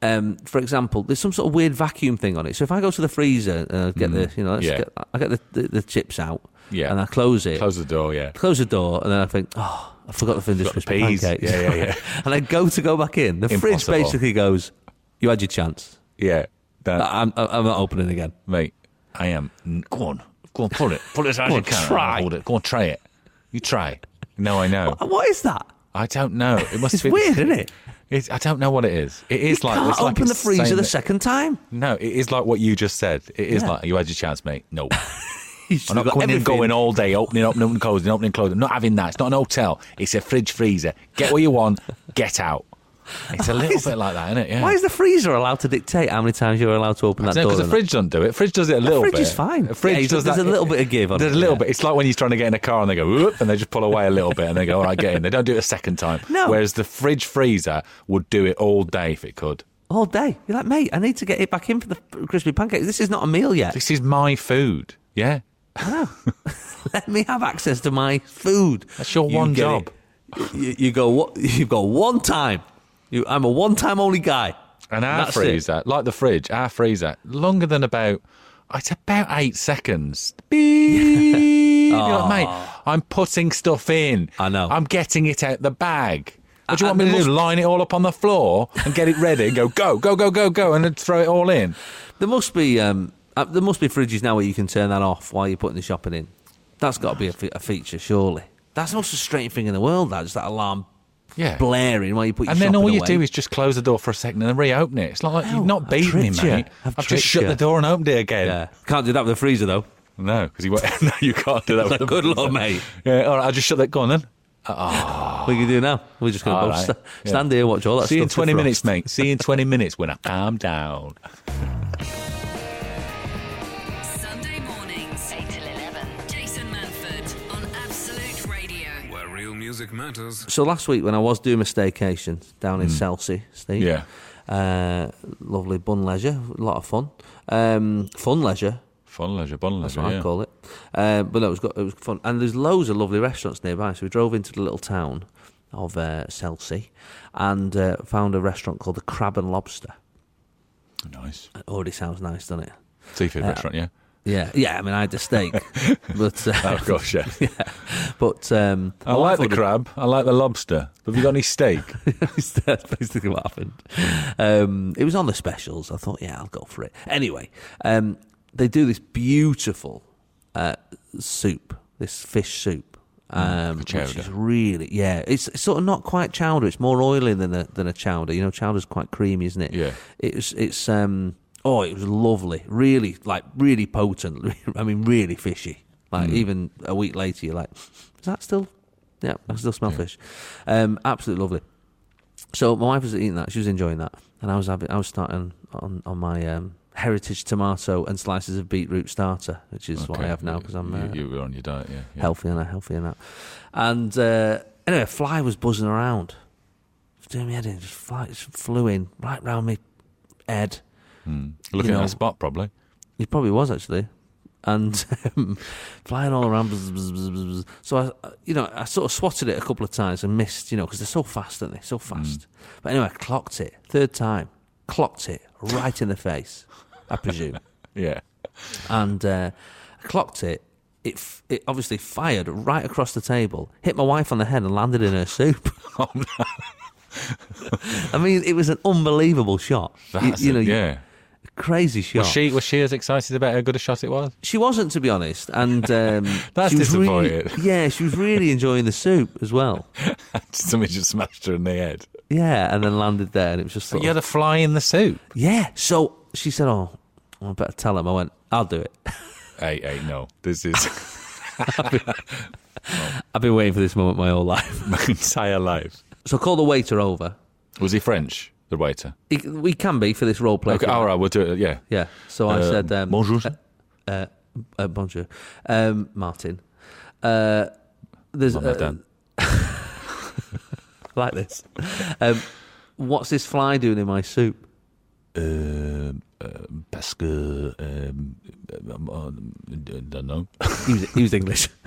Speaker 3: um, for example, there's some sort of weird vacuum thing on it. So if I go to the freezer and I get the, you know, let's
Speaker 4: Mm. Yeah.
Speaker 3: get, I get the, the, the chips out,
Speaker 4: Yeah.
Speaker 3: and I close it,
Speaker 4: Close the door, yeah.
Speaker 3: close the door, and then I think, oh, I forgot the Finnish
Speaker 4: Forgot the
Speaker 3: crisp pancakes.
Speaker 4: peas. Yeah, yeah, yeah.
Speaker 3: and I go to go back in. The fridge
Speaker 4: Impossible.
Speaker 3: basically goes, "You had your chance.
Speaker 4: Yeah. That,
Speaker 3: I'm, I'm not opening again."
Speaker 4: mate, I am. n- Go on. Go on, pull it. Pull it as hard
Speaker 3: Go
Speaker 4: as
Speaker 3: on,
Speaker 4: you can.
Speaker 3: try.
Speaker 4: Hold it. Go on, try it. You try. No, I know.
Speaker 3: And What is that?
Speaker 4: I don't know. It must
Speaker 3: It's
Speaker 4: be
Speaker 3: weird, isn't it?
Speaker 4: It's, I don't know what it is. It is
Speaker 3: you
Speaker 4: like
Speaker 3: can't
Speaker 4: it's like
Speaker 3: open the
Speaker 4: it's saying
Speaker 3: freezer the
Speaker 4: that-
Speaker 3: second time.
Speaker 4: No, it is like what you just said. It is
Speaker 3: Yeah.
Speaker 4: like you had your chance, mate. No.
Speaker 3: You should've
Speaker 4: I'm not
Speaker 3: got
Speaker 4: coming in
Speaker 3: everything.
Speaker 4: going "Oh, all day, opening, opening, opening, closing, opening, closing. I'm not having that. It's not an hotel. It's a fridge freezer. Get what you want, get out. It's a little
Speaker 3: is-
Speaker 4: bit like that, isn't it? Yeah.
Speaker 3: Why is the freezer allowed to dictate how many times you're allowed to open that
Speaker 4: no,
Speaker 3: door?
Speaker 4: because the
Speaker 3: or not?
Speaker 4: fridge doesn't do it. Fridge does it a little
Speaker 3: fridge
Speaker 4: bit.
Speaker 3: is fine.
Speaker 4: The fridge
Speaker 3: Yeah,
Speaker 4: does
Speaker 3: there's
Speaker 4: that.
Speaker 3: a little bit of give on
Speaker 4: There's
Speaker 3: it,
Speaker 4: a little
Speaker 3: yeah.
Speaker 4: bit. It's like when you're trying to get in a car and they go whoop and they just pull away a little bit and they go all right, get in. They don't do it a second time.
Speaker 3: No.
Speaker 4: Whereas the fridge freezer would do it all day if it could.
Speaker 3: all day. You're like, mate, I need to get it back in for the crispy pancakes. This is not a meal yet.
Speaker 4: This is my food. Yeah.
Speaker 3: Let me have access to my food.
Speaker 4: That's your one
Speaker 3: get
Speaker 4: job.
Speaker 3: it. You, you go. What, you've got one time. You, I'm a one-time only guy.
Speaker 4: And our
Speaker 3: That's it.
Speaker 4: freezer, like the fridge, our freezer, longer than about, it's about eight seconds. Beep. You're like, mate, I'm putting stuff in.
Speaker 3: I know. Uh,
Speaker 4: I'm getting it out the bag. What do you
Speaker 3: And
Speaker 4: want me to
Speaker 3: there
Speaker 4: do? Line it all up on the floor and get it ready and go, go, go, go, go, go, and then throw it all in.
Speaker 3: There must be um, uh, there must be fridges now where you can turn that off while you're putting the shopping in. That's got to be a, fe- a feature, surely. That's the most frustrating thing in the world. That just that alarm
Speaker 4: Yeah.
Speaker 3: blaring while you put your
Speaker 4: And then all
Speaker 3: shopping
Speaker 4: you
Speaker 3: away.
Speaker 4: do is just close the door for a second and then reopen it. It's not like
Speaker 3: No,
Speaker 4: you've not
Speaker 3: I've
Speaker 4: beaten me,
Speaker 3: tricked you.
Speaker 4: mate.
Speaker 3: I've
Speaker 4: just
Speaker 3: tricked
Speaker 4: shut
Speaker 3: you.
Speaker 4: the door and opened it again.
Speaker 3: Yeah. Can't do that with a freezer though.
Speaker 4: No, because you won't- no, you can't do that.
Speaker 3: It's
Speaker 4: with
Speaker 3: like,
Speaker 4: the-
Speaker 3: good lord, mate.
Speaker 4: Yeah, all right. I'll just shut that. Go on then.
Speaker 3: What are you gonna do now? We're just gonna
Speaker 4: All
Speaker 3: both
Speaker 4: right.
Speaker 3: sta-
Speaker 4: Yeah.
Speaker 3: stand here, watch all that
Speaker 4: See
Speaker 3: stuff.
Speaker 4: you in twenty
Speaker 3: defrost.
Speaker 4: minutes, mate. See you in twenty minutes when I calm down.
Speaker 1: Sunday mornings, 8 till 11. Jason Manford on Absolute Radio.
Speaker 2: Where real music matters.
Speaker 3: So last week when I was doing my staycation down in Selsey, Steve.
Speaker 4: Hmm. Yeah.
Speaker 3: Uh, lovely bun leisure, a lot of fun. Um, fun leisure,
Speaker 4: Fun leisure, fun leisure.
Speaker 3: that's what
Speaker 4: yeah.
Speaker 3: I call it. Uh, but no, it was got, it was fun, and there's loads of lovely restaurants nearby. So we drove into the little town of uh, Selsey, and uh, found a restaurant called the Crab and Lobster.
Speaker 4: Nice
Speaker 3: It already sounds nice, doesn't it?
Speaker 4: seafood restaurant. Yeah.
Speaker 3: Yeah, yeah. I mean, I had the steak, but uh,
Speaker 4: Oh gosh, yeah.
Speaker 3: but um,
Speaker 4: I
Speaker 3: my
Speaker 4: like
Speaker 3: wife
Speaker 4: the
Speaker 3: ordered-
Speaker 4: crab. I like the lobster. But have you got any steak?
Speaker 3: That's basically what happened. Um, it was on the specials. I thought, yeah, I'll go for it. Anyway, um, they do this beautiful uh, soup, this fish soup, um,
Speaker 4: the Mm, chowder.
Speaker 3: which is really yeah. It's, it's sort of not quite chowder. It's more oily than a than a chowder. You know, chowder's quite creamy, isn't it?
Speaker 4: Yeah.
Speaker 3: It's it's um oh, it was lovely. Really like really potent. I mean, really fishy. Like
Speaker 4: Mm.
Speaker 3: even a week later, you're like, is that still? Yeah, I can still smell fish. Um, absolutely lovely. So my wife was eating that; she was enjoying that, and I was having, I was starting on on my um, heritage tomato and slices of beetroot starter, which is what I
Speaker 4: Okay.
Speaker 3: have now because I'm uh,
Speaker 4: You, you were on your diet, yeah. yeah.
Speaker 3: healthy and that, healthy and that. And uh, anyway, a fly was buzzing around, It was doing me head in, just fly, just flew in right round me head.
Speaker 4: Hmm. Looking
Speaker 3: you know-
Speaker 4: at that spot, probably.
Speaker 3: He probably was actually, and um, flying all around. bzz, bzz, bzz, bzz, bzz. So I, you know, I sort of swatted it a couple of times and missed, you know, because they're so fast, aren't they?
Speaker 4: Mm.
Speaker 3: So fast. But anyway, I clocked it third time, clocked it right in the face, I presume,
Speaker 4: Yeah.
Speaker 3: and uh, I clocked it. It, f- it obviously fired right across the table, hit my wife on the head, and landed in her soup.
Speaker 4: Oh,
Speaker 3: I mean, it was an unbelievable shot. You-
Speaker 4: That's
Speaker 3: you, know,
Speaker 4: it,
Speaker 3: you-
Speaker 4: yeah.
Speaker 3: crazy shot.
Speaker 4: Was she was she as excited about how good a shot it was?
Speaker 3: She wasn't, to be honest, and um,
Speaker 4: That's
Speaker 3: she was really,
Speaker 4: disappointing.
Speaker 3: Yeah, she was really enjoying the soup as well.
Speaker 4: Somebody just smashed her in the head.
Speaker 3: Yeah, and then landed there, and it was just sort
Speaker 4: You
Speaker 3: of,
Speaker 4: had a fly in the soup.
Speaker 3: yeah. So she said, "Oh, I better tell him." I went, "I'll do it."
Speaker 4: Hey, hey, no. This is
Speaker 3: I've been waiting for this moment my whole life.
Speaker 4: my entire life.
Speaker 3: So I called the waiter over.
Speaker 4: Was he French, the waiter?
Speaker 3: He, we can be for this role play.
Speaker 4: Okay, all right, we'll do it. Yeah.
Speaker 3: Yeah. So I
Speaker 4: Uh,
Speaker 3: said, um,
Speaker 4: bonjour.
Speaker 3: Uh, uh, uh, bonjour, um, Martin. Uh, there's
Speaker 4: Well,
Speaker 3: uh,
Speaker 4: done.
Speaker 3: like this. Um, what's this fly doing in my soup?
Speaker 4: Parce que, um, um, um, I don't know.
Speaker 3: He was, he was English.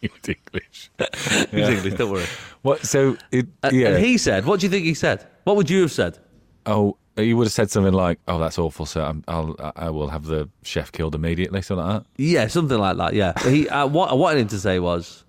Speaker 4: He was English.
Speaker 3: he was English. Don't worry.
Speaker 4: What? So it?
Speaker 3: Uh, And-
Speaker 4: yeah.
Speaker 3: And he said, "What do you think he said? What would you have said?"
Speaker 4: oh, you would have said something like, "Oh, that's awful, sir. I'm, I'll, I will have the chef killed immediately." Something like that.
Speaker 3: Yeah, something like that. Yeah. He, uh, what I wanted him to say was,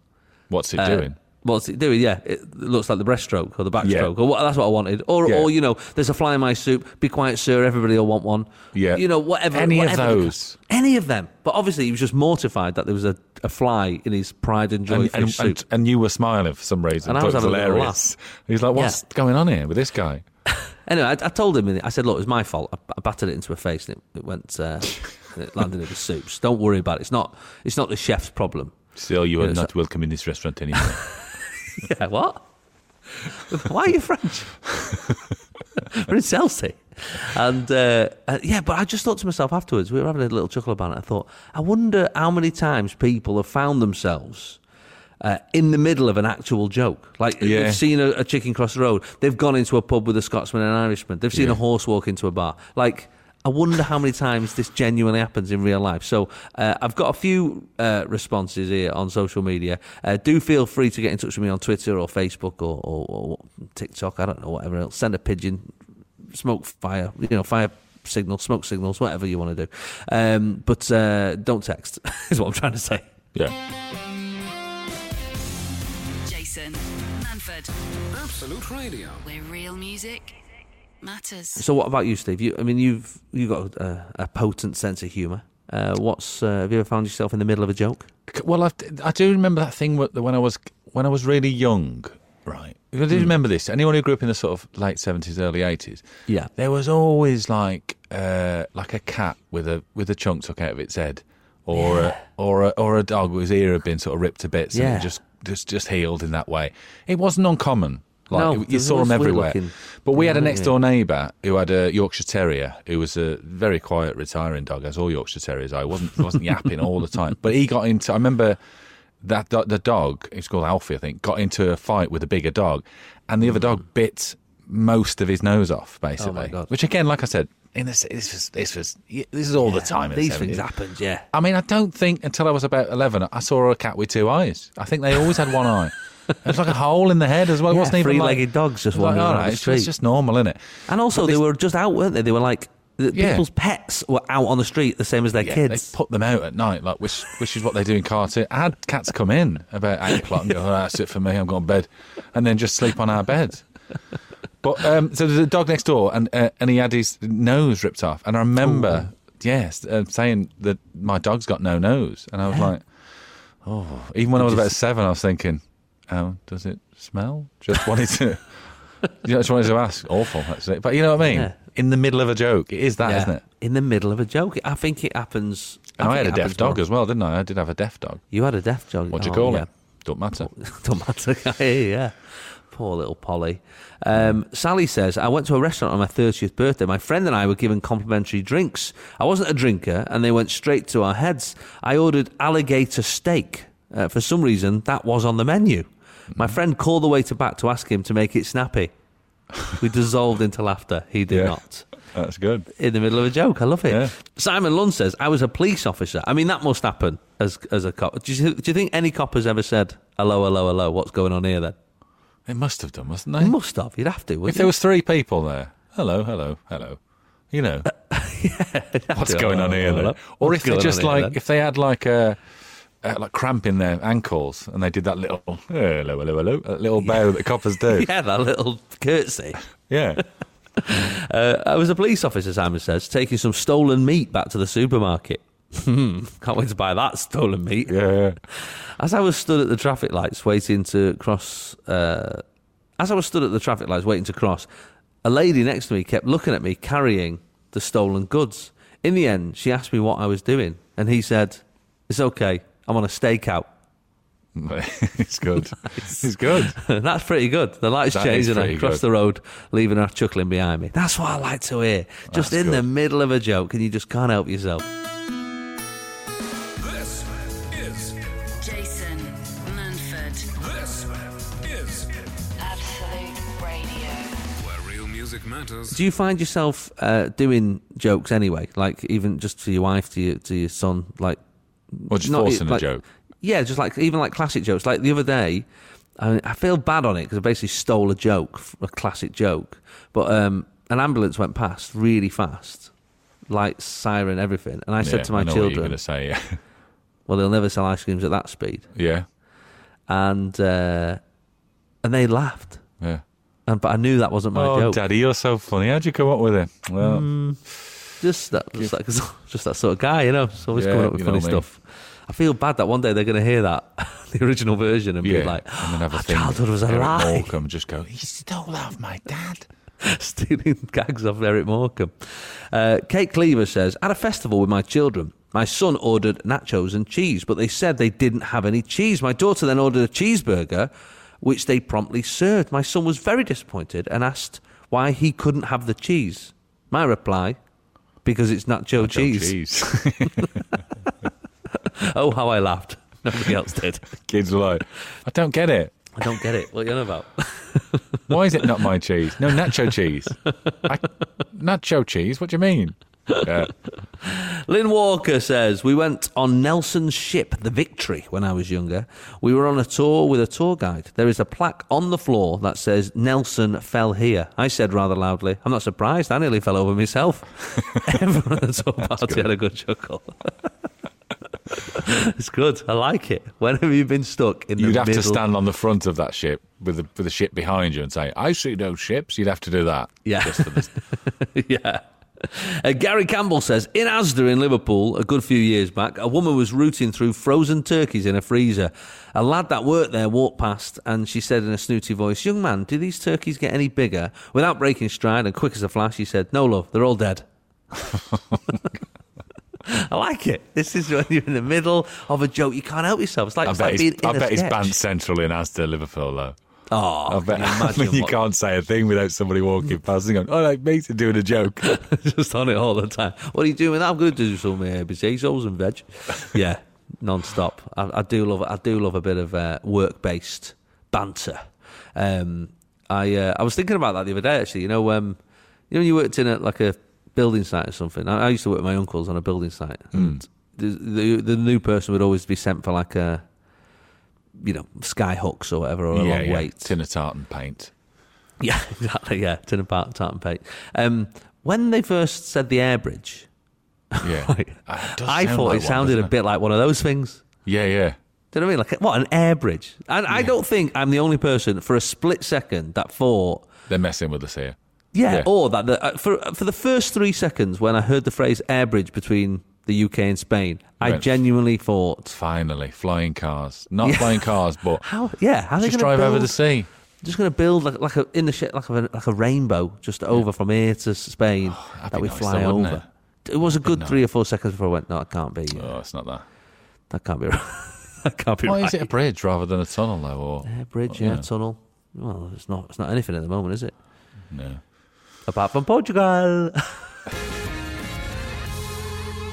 Speaker 4: What's it
Speaker 3: uh,
Speaker 4: doing?
Speaker 3: What's it doing? Yeah, it looks like the breaststroke or the backstroke,
Speaker 4: Yeah.
Speaker 3: or what, that's what I wanted. Or,
Speaker 4: Yeah.
Speaker 3: or you know, there's a fly in my soup. Be quiet, sir. Everybody will want one.
Speaker 4: Yeah.
Speaker 3: you know, whatever.
Speaker 4: Any of
Speaker 3: whatever the-
Speaker 4: those.
Speaker 3: Any of them. But obviously, he was just mortified that there was a, a fly in his pride and joy
Speaker 4: And,
Speaker 3: fish
Speaker 4: and,
Speaker 3: soup.
Speaker 4: and, and you were smiling for some reason.
Speaker 3: And I
Speaker 4: Thought
Speaker 3: was
Speaker 4: it
Speaker 3: having a little
Speaker 4: hilarious. He's like, "What's going on here with this guy?"
Speaker 3: Anyway, I, I told him, I said, look, it was my fault. I, I battered it into her face and it, it went, uh, and it landed in the soups. Don't worry about it. It's not, it's not the chef's problem.
Speaker 4: So you
Speaker 3: Yeah,
Speaker 4: are
Speaker 3: it's
Speaker 4: not welcome in this restaurant anymore.
Speaker 3: Yeah, what? Why are you French? we're in Chelsea. And uh, uh, yeah, but I just thought to myself afterwards, we were having a little chuckle about it. I thought, I wonder how many times people have found themselves. Uh, in the middle of an actual joke, like
Speaker 4: Yeah.
Speaker 3: they've seen a, a chicken cross the road, they've gone into a pub with a Scotsman and an Irishman, they've seen
Speaker 4: Yeah.
Speaker 3: a horse walk into a bar. Like, I wonder how many times this genuinely happens in real life. So, uh, I've got a few uh, responses here on social media. Uh, do feel free to get in touch with me on Twitter or Facebook or, or, or TikTok. I don't know, whatever else. Send a pigeon, smoke fire, you know, fire signal, smoke signals, whatever you want to do. Um, but uh, don't text, is what I'm trying to say.
Speaker 4: yeah.
Speaker 1: Jason Manford,
Speaker 2: Absolute Radio.
Speaker 1: where real music matters.
Speaker 3: So, what about you, Steve? You, I mean, you've you got a, a potent sense of humour. Uh, what's uh, have you ever found yourself in the middle of a joke?
Speaker 4: Well, I, I do remember that thing wh- when I was when I was really young. right? Because I
Speaker 3: Hmm.
Speaker 4: do remember this. Anyone who grew up in the sort of late seventies, early eighties,
Speaker 3: Yeah.
Speaker 4: there was always like uh, like a cat with a with a chunk took out of its head, or a, or a, or a dog whose ear had been sort of ripped to bits and
Speaker 3: Yeah.
Speaker 4: it just just just healed in that way. It wasn't uncommon. Like
Speaker 3: No,
Speaker 4: you- you
Speaker 3: there's
Speaker 4: saw them
Speaker 3: always weird
Speaker 4: everywhere.
Speaker 3: looking-
Speaker 4: But we had a
Speaker 3: Yeah.
Speaker 4: next door neighbour who had a Yorkshire Terrier who was a very quiet, retiring dog, as all Yorkshire Terriers are. He wasn't, wasn't yapping all the time. But he got into, I remember that do- the dog, it's called Alfie, I think, got into a fight with a bigger dog, and the other dog bit most of his nose off, basically.
Speaker 3: Mm. Oh God.
Speaker 4: Which, again, like I said, in this, this was this was this is all the time. in the Uh,
Speaker 3: These things
Speaker 4: 70s.
Speaker 3: happened, yeah.
Speaker 4: I mean, I don't think until I was about 11, I saw a cat with two eyes. I think they always had one eye. It was like a hole in the head as well. it
Speaker 3: Yeah,
Speaker 4: wasn't even like-
Speaker 3: three-legged dogs just
Speaker 4: It was like,
Speaker 3: wandering
Speaker 4: all
Speaker 3: around
Speaker 4: right,
Speaker 3: the
Speaker 4: it's just- It's
Speaker 3: street.
Speaker 4: just normal, isn't it?
Speaker 3: And also, they were just out, weren't they? They were like, the
Speaker 4: Yeah.
Speaker 3: people's pets were out on the street the same as their kids.
Speaker 4: They put them out at night, like which which is what they do in cartoon. I had cats come in about eight o'clock and go, oh, "That's it for me. I'm going to bed," and then just sleep on our bed. But um, so there's a dog next door, and uh, and he had his nose ripped off, and I remember, yes, uh, saying that my dog's got no nose, and I was like, oh, even when I was about seven, I was thinking, oh, does it smell? Just wanted to. You know, just wanted to ask. Awful, that's it. But you know what I mean.
Speaker 3: Yeah.
Speaker 4: In the middle of a joke, it is that,
Speaker 3: Yeah.
Speaker 4: not it?
Speaker 3: In the middle of a joke. I think it happens.
Speaker 4: And I,
Speaker 3: think
Speaker 4: had a
Speaker 3: it
Speaker 4: deaf
Speaker 3: happens
Speaker 4: dog
Speaker 3: more.
Speaker 4: as well, didn't I? I did have a deaf dog.
Speaker 3: You had a deaf dog.
Speaker 4: What do you
Speaker 3: Oh,
Speaker 4: call
Speaker 3: yeah.
Speaker 4: it? Don't matter.
Speaker 3: Don't matter, guy. Yeah. Poor little Polly. Um, Sally says, I went to a restaurant on my 30th birthday. My friend and I were given complimentary drinks. I wasn't a drinker, and they went straight to our heads. I ordered alligator steak. Uh, for some reason, that was on the menu. My friend called the waiter back to ask him to make it snappy. We dissolved into laughter. He did
Speaker 4: Yeah.
Speaker 3: not
Speaker 4: That's good.
Speaker 3: in the middle of a joke. I love it.
Speaker 4: Yeah.
Speaker 3: Simon Lund says, "I was a police officer." I mean, that must happen as as a cop. Do you, do you think any cop has ever said, "Hello, hello, hello"? What's going on here? Then
Speaker 4: They must have done, mustn't
Speaker 3: they
Speaker 4: they?
Speaker 3: must have. You'd have to.
Speaker 4: If
Speaker 3: Wouldn't
Speaker 4: there was three people there, hello, hello, hello. You know, what's
Speaker 3: to.
Speaker 4: going on here?
Speaker 3: Hello,
Speaker 4: then?
Speaker 3: hello.
Speaker 4: Or
Speaker 3: What's
Speaker 4: if they
Speaker 3: going on
Speaker 4: just
Speaker 3: here,
Speaker 4: like,
Speaker 3: then?
Speaker 4: if they had like a. Uh, like cramp in their ankles, and they did that little hello, hello, hello, that little bow that coppers do.
Speaker 3: yeah, that little curtsy.
Speaker 4: yeah.
Speaker 3: Uh, I was a police officer. Simon says, taking some stolen meat back to the supermarket. Hmm, Can't wait to buy that stolen meat.
Speaker 4: yeah, yeah.
Speaker 3: As I was stood at the traffic lights waiting to cross, uh, as I was stood at the traffic lights waiting to cross, a lady next to me kept looking at me carrying the stolen goods. In the end, she asked me what I was doing, and he said, "It's okay. I'm on a stakeout."
Speaker 4: it's good. It's good.
Speaker 3: That's pretty good. The lights
Speaker 4: That is
Speaker 3: changing
Speaker 4: pretty
Speaker 3: across
Speaker 4: good.
Speaker 3: the road, leaving her chuckling behind me. That's what I like to hear. Just
Speaker 4: That's
Speaker 3: in the
Speaker 4: good.
Speaker 3: middle of a joke, and you just can't help yourself.
Speaker 2: This is
Speaker 1: Jason Manford,
Speaker 2: this is
Speaker 1: Absolute Radio.
Speaker 2: where real music matters.
Speaker 3: Do you find yourself uh, doing jokes anyway? Like even just to your wife, to your to your son, like
Speaker 4: Or just
Speaker 3: Not- e-
Speaker 4: forcing
Speaker 3: like-
Speaker 4: a joke.
Speaker 3: Yeah, just like even like classic jokes. Like the other day, I, mean, I feel bad on it because I basically stole a joke, f- a classic joke. But um, an ambulance went past really fast, lights, siren, everything, and I
Speaker 4: yeah,
Speaker 3: said to my
Speaker 4: I know What you're going
Speaker 3: children,
Speaker 4: to say, yeah.
Speaker 3: "Well, they'll never sell ice creams at that speed,"
Speaker 4: yeah,
Speaker 3: and uh, and they laughed.
Speaker 4: yeah.
Speaker 3: And, but I knew that wasn't my Mm.
Speaker 4: Oh,
Speaker 3: joke.
Speaker 4: Daddy, you're so funny. How'd you come up with it? Well,
Speaker 3: Just that, just, that just that sort of guy, you know. It's always
Speaker 4: Yeah,
Speaker 3: coming up with
Speaker 4: you know
Speaker 3: funny
Speaker 4: me.
Speaker 3: stuff. I feel bad that one day they're going to hear that, the original version, and
Speaker 4: yeah,
Speaker 3: be like,
Speaker 4: and then have a
Speaker 3: "Our
Speaker 4: think.
Speaker 3: childhood was a
Speaker 4: Eric
Speaker 3: lie." Oh,
Speaker 4: Morecambe just go, he stole off my dad.
Speaker 3: stealing gags off Eric Morecambe. Uh, Kate Cleaver says, at a festival with my children, my son ordered nachos and cheese, but they said they didn't have any cheese. My daughter then ordered a cheeseburger, which they promptly served. My son was very disappointed and asked why he couldn't have the cheese. My reply, because it's nacho, cheese.
Speaker 4: Jeez.
Speaker 3: Oh, how I laughed. Nobody else did.
Speaker 4: Kids are like, I don't get it.
Speaker 3: I don't get it. What you on about?
Speaker 4: Why is it not my cheese? No, nacho cheese. I, nacho cheese? What do you mean? Yeah.
Speaker 3: Lynn Walker says, We went on Nelson's ship, the Victory, when I was younger. We were on a tour with a tour guide. There is a plaque on the floor that says, Nelson fell here. I said rather loudly, I'm not surprised. I nearly fell over myself. Everyone at the tour party had a good chuckle. it's good. I like it. When have you been stuck in the
Speaker 4: You'd have to
Speaker 3: middle-
Speaker 4: stand on the front of that ship with the, with the ship behind you and say, I see no ships. You'd have to do that.
Speaker 3: Yeah.
Speaker 4: Just for this.
Speaker 3: yeah. Uh, Gary Campbell says in Asda in Liverpool a good few years back, a woman was rooting through frozen turkeys in a freezer. A lad that worked there walked past and she said in a snooty voice, "Young man, do these turkeys get any bigger?" Without breaking stride and quick as a flash, he said, "No, love, they're all dead." I like it. This is when you're in the middle of a joke. You can't help yourself. It's like,
Speaker 4: I
Speaker 3: it's
Speaker 4: bet,
Speaker 3: like
Speaker 4: it's,
Speaker 3: being in
Speaker 4: I
Speaker 3: a
Speaker 4: bet it's
Speaker 3: sketch.
Speaker 4: Band Central in Asda, Liverpool, though.
Speaker 3: Oh,
Speaker 4: I bet
Speaker 3: can you
Speaker 4: I
Speaker 3: imagine
Speaker 4: mean, you
Speaker 3: what-
Speaker 4: can't say a thing without somebody walking past and going, oh, like, mate, and doing a joke.
Speaker 3: just on it all the time. What are you doing? I'm going to do some uh, potatoes and veg. Yeah, non-stop. I, I do love. I do love a bit of uh, work-based banter. Um, I uh, I was thinking about that the other day actually. You know, um, you know, when you worked in a, like a building site or something. I, I used to work with my uncles on a building site, and the, the the new person would always be sent for like a, you know, sky hooks or whatever, or a long wait.
Speaker 4: Tin of tartan paint.
Speaker 3: Yeah, exactly. Yeah, tin and part tartan paint. Um, when they first said the air bridge,
Speaker 4: Yeah.
Speaker 3: right,
Speaker 4: Uh, It does
Speaker 3: I
Speaker 4: sound
Speaker 3: thought
Speaker 4: like
Speaker 3: it
Speaker 4: one,
Speaker 3: sounded
Speaker 4: doesn't
Speaker 3: a bit like one of those things.
Speaker 4: Yeah, yeah.
Speaker 3: Do you know what I mean? Like what an air bridge. And I don't think I'm the only person for a split second that thought.
Speaker 4: They're messing with us here.
Speaker 3: Yeah,
Speaker 4: Yeah.
Speaker 3: or that the, uh, for for the first three seconds when I heard the phrase air bridge between the UK and Spain, I
Speaker 4: Right.
Speaker 3: genuinely thought,
Speaker 4: Finally, flying cars. Not
Speaker 3: Yeah.
Speaker 4: flying cars, but
Speaker 3: how? Yeah, how are they
Speaker 4: just
Speaker 3: going to
Speaker 4: drive over the
Speaker 3: build-
Speaker 4: sea.
Speaker 3: just going to build like like a in the shit like a like a rainbow just over from here to Spain
Speaker 4: Oh, that'd
Speaker 3: that
Speaker 4: be
Speaker 3: we
Speaker 4: nice
Speaker 3: fly
Speaker 4: though, wouldn't
Speaker 3: over. It? was a good three or four seconds before I went. No, it can't be.
Speaker 4: Oh, it's not that.
Speaker 3: That can't be. right. that can't be
Speaker 4: Why
Speaker 3: right.
Speaker 4: is it a bridge rather than a tunnel, though? Or
Speaker 3: Yeah, bridge? Yeah, tunnel. Well, it's not. It's not anything at the moment, is it?
Speaker 4: no.
Speaker 3: Apart from Portugal.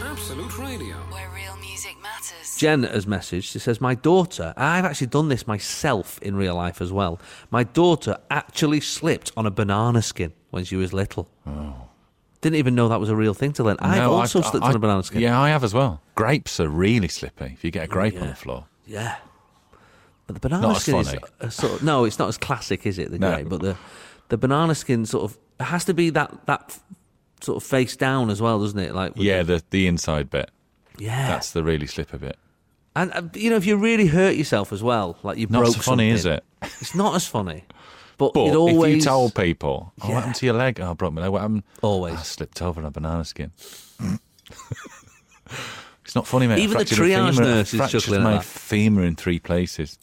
Speaker 2: Absolute Radio.
Speaker 1: Where real music matters.
Speaker 3: Jen has messaged. She says, My daughter, I've actually done this myself in real life as well. My daughter actually slipped on a banana skin when she was little. Oh. Didn't even know that was a real thing till then. I've
Speaker 4: No,
Speaker 3: also
Speaker 4: I-
Speaker 3: slipped
Speaker 4: I-
Speaker 3: on a banana skin.
Speaker 4: Yeah, I have as well. Grapes are really slippy. If you get a grape on the floor,
Speaker 3: Yeah. But the banana
Speaker 4: Not as
Speaker 3: skin is
Speaker 4: funny.
Speaker 3: a sort of, no, it's not as classic, is it? The
Speaker 4: No.
Speaker 3: grey, but the the banana skin sort of it has to be that that f- sort of face down as well, doesn't it? Like with
Speaker 4: yeah, the the inside bit.
Speaker 3: the, yeah.
Speaker 4: That's the really slippy bit.
Speaker 3: and uh, you know, if you really hurt yourself as well, like you
Speaker 4: Not
Speaker 3: broke
Speaker 4: so funny, is
Speaker 3: something, It's not as funny, but,
Speaker 4: But
Speaker 3: it always
Speaker 4: if you told people, oh,
Speaker 3: Yeah.
Speaker 4: what happened to your leg? Oh, I broke my leg. What happened? Ah,
Speaker 3: Always.
Speaker 4: I slipped over on a banana skin. it's not funny, mate. I
Speaker 3: Even the
Speaker 4: fractured a
Speaker 3: triage
Speaker 4: femur. I
Speaker 3: nurse is
Speaker 4: fractured
Speaker 3: chuckling at
Speaker 4: my
Speaker 3: that.
Speaker 4: femur in three places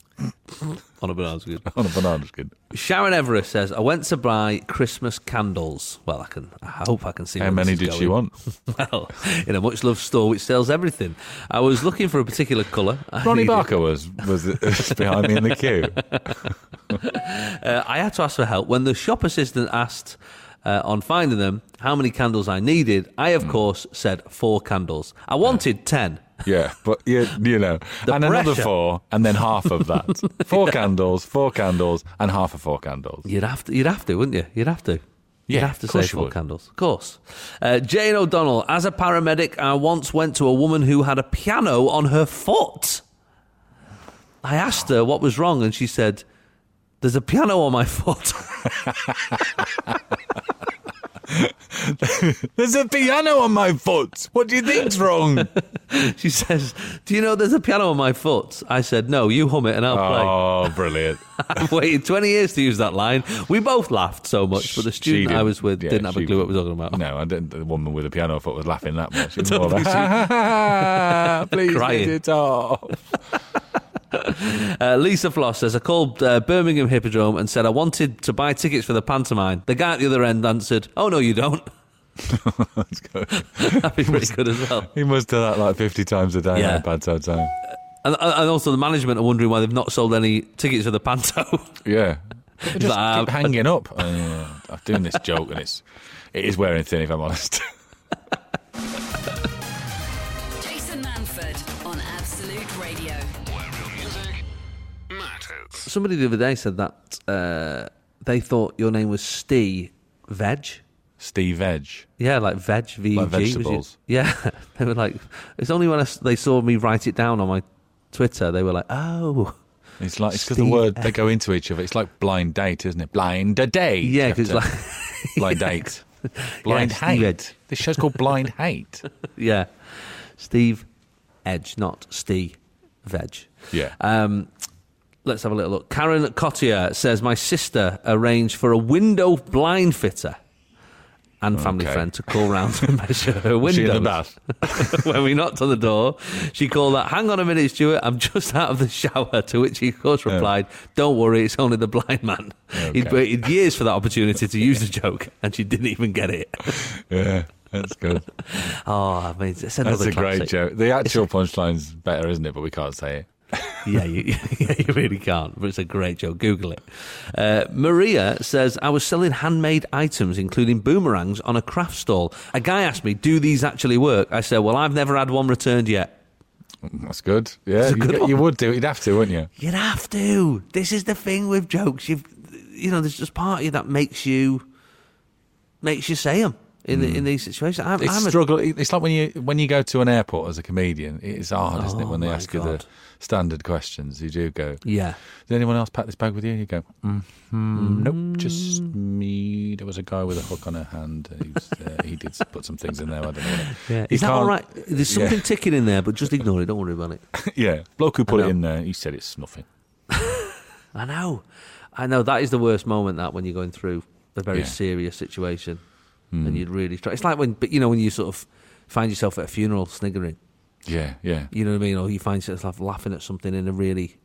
Speaker 3: on a banana skin.
Speaker 4: on a banana skin.
Speaker 3: Sharon Everest says, "I went to buy Christmas candles. Well, I can. I hope I can see
Speaker 4: How
Speaker 3: where this
Speaker 4: many
Speaker 3: is
Speaker 4: did
Speaker 3: going.
Speaker 4: you want?
Speaker 3: well, in a much loved store which sells everything. I was looking for a particular colour. I
Speaker 4: Ronnie
Speaker 3: needed-
Speaker 4: Barker was was behind me in the queue.
Speaker 3: Uh, I had to ask for help. When the shop assistant asked uh, on finding them how many candles I needed, I,
Speaker 4: Hmm.
Speaker 3: of course, said four candles. I wanted 10.
Speaker 4: Yeah, but you, you know,
Speaker 3: The
Speaker 4: and another
Speaker 3: pressure.
Speaker 4: four, and then half of that. Four candles, four candles, and half of four candles.
Speaker 3: You'd have to, you'd have to, wouldn't you? You'd have to.
Speaker 4: Yeah,
Speaker 3: you'd have to
Speaker 4: of
Speaker 3: say
Speaker 4: course you
Speaker 3: four
Speaker 4: would.
Speaker 3: candles. Of course. Uh, Jane O'Donnell, as a paramedic, I once went to a woman who had a piano on her foot. I asked her what was wrong, and she said, There's a piano on my foot.
Speaker 4: There's a piano on my foot. What do you think's wrong?
Speaker 3: she says, Do you know there's a piano on my foot? I said, No, you hum it and I'll play.
Speaker 4: oh, brilliant.
Speaker 3: I've waited 20 years to use that line. We both laughed so much, but the
Speaker 4: She
Speaker 3: student I
Speaker 4: didn't-
Speaker 3: was with
Speaker 4: yeah,
Speaker 3: didn't have a
Speaker 4: she-
Speaker 3: clue what we were talking about.
Speaker 4: No, I didn't. The woman with the piano foot was laughing that much. She was
Speaker 3: don't
Speaker 4: more like,
Speaker 3: think she-
Speaker 4: "Ha, ha, ha, please
Speaker 3: Crying.
Speaker 4: get it off.
Speaker 3: Uh, Lisa Floss says, I called uh, Birmingham Hippodrome and said I wanted to buy tickets for the pantomime. The guy at the other end answered, Oh, no, you don't.
Speaker 4: That's good.
Speaker 3: That'd be pretty good as well.
Speaker 4: He must do that like 50 times a day
Speaker 3: Yeah.
Speaker 4: yeah. at a bad time. time.
Speaker 3: And, and also, the management are wondering why they've not sold any tickets for the panto.
Speaker 4: Yeah. Just
Speaker 3: Like, "Ah,
Speaker 4: keep hanging up. Oh, yeah, I'm doing this joke and it's it is wearing thin if I'm honest.
Speaker 1: Jason Manford on Absolute Radio.
Speaker 2: Where real music matters.
Speaker 3: Somebody the other day said that uh, they thought your name was Steve Veg.
Speaker 4: Steve Edge.
Speaker 3: Yeah, like veg, V-E-G.
Speaker 4: Like
Speaker 3: was your-
Speaker 4: vegetables.
Speaker 3: yeah, they were like, it's only when I s they saw me write it down on my Twitter, they were like, oh.
Speaker 4: It's like it's because the
Speaker 3: Steve
Speaker 4: word they go into each other. It's like blind date, isn't it? Blind a date.
Speaker 3: Yeah, because
Speaker 4: You have
Speaker 3: like,
Speaker 4: to- blind date. Blind
Speaker 3: Steve
Speaker 4: hate.
Speaker 3: Edge.
Speaker 4: This show's called Blind Hate.
Speaker 3: yeah, Steve Edge, not Steve Veg.
Speaker 4: Yeah.
Speaker 3: Um, let's have a little look. Karen Cottier says, My sister arranged for a window blind fitter and family
Speaker 4: Okay.
Speaker 3: friend to call round and measure her windows.
Speaker 4: she in the bath.
Speaker 3: when we knocked on the door, she called out, Hang on a minute, Stuart, I'm just out of the shower. To which he, of course, replied, Don't worry, it's only the blind man. He'd
Speaker 4: Oh. Okay.
Speaker 3: waited years for that opportunity to use the joke, and she didn't even get it.
Speaker 4: Yeah, that's good.
Speaker 3: Oh, I mean, it's another
Speaker 4: That's a
Speaker 3: classic.
Speaker 4: great joke. The actual punchline's better, isn't it? But we can't say it.
Speaker 3: yeah, you, yeah, you really can't, but it's a great joke. Google it. Uh, Maria says, I was selling handmade items, including boomerangs, on a craft stall. A guy asked me, Do these actually work? I said, Well, I've never had one returned yet.
Speaker 4: That's good. Yeah,
Speaker 3: a good
Speaker 4: you,
Speaker 3: one.
Speaker 4: you would do it. You'd have to, wouldn't you?
Speaker 3: You'd have to. This is the thing with jokes. You've, you know, there's just part of you that makes you, makes you say them in the, in these situations. I'm,
Speaker 4: Hmm. It's
Speaker 3: I'm a-
Speaker 4: struggle. It's like when you when you go to an airport as a comedian. It's hard, isn't it?
Speaker 3: Oh,
Speaker 4: When they
Speaker 3: my
Speaker 4: ask you
Speaker 3: God.
Speaker 4: the standard questions, you do go.
Speaker 3: yeah.
Speaker 4: Did anyone else pack this bag with you? You go. Mm,
Speaker 3: Mm-hmm.
Speaker 4: hmm, Nope, just me. There was a guy with a hook on her hand. He, was, uh, he did put some things in there. I don't know. What it-
Speaker 3: Yeah.
Speaker 4: You
Speaker 3: Is that all right?
Speaker 4: can't-
Speaker 3: There's
Speaker 4: yeah.
Speaker 3: something ticking in there, but just ignore it. Don't worry about it.
Speaker 4: Yeah, bloke who put
Speaker 3: know.
Speaker 4: it in there. He said it's nothing.
Speaker 3: I know. I know. That is the worst moment, that, when you're going through a very
Speaker 4: Yeah.
Speaker 3: serious situation and you'd really try. It's like when, but you know, when you sort of find yourself at a funeral sniggering,
Speaker 4: Yeah, yeah.
Speaker 3: you know what I mean? Or you find yourself laughing at something in a really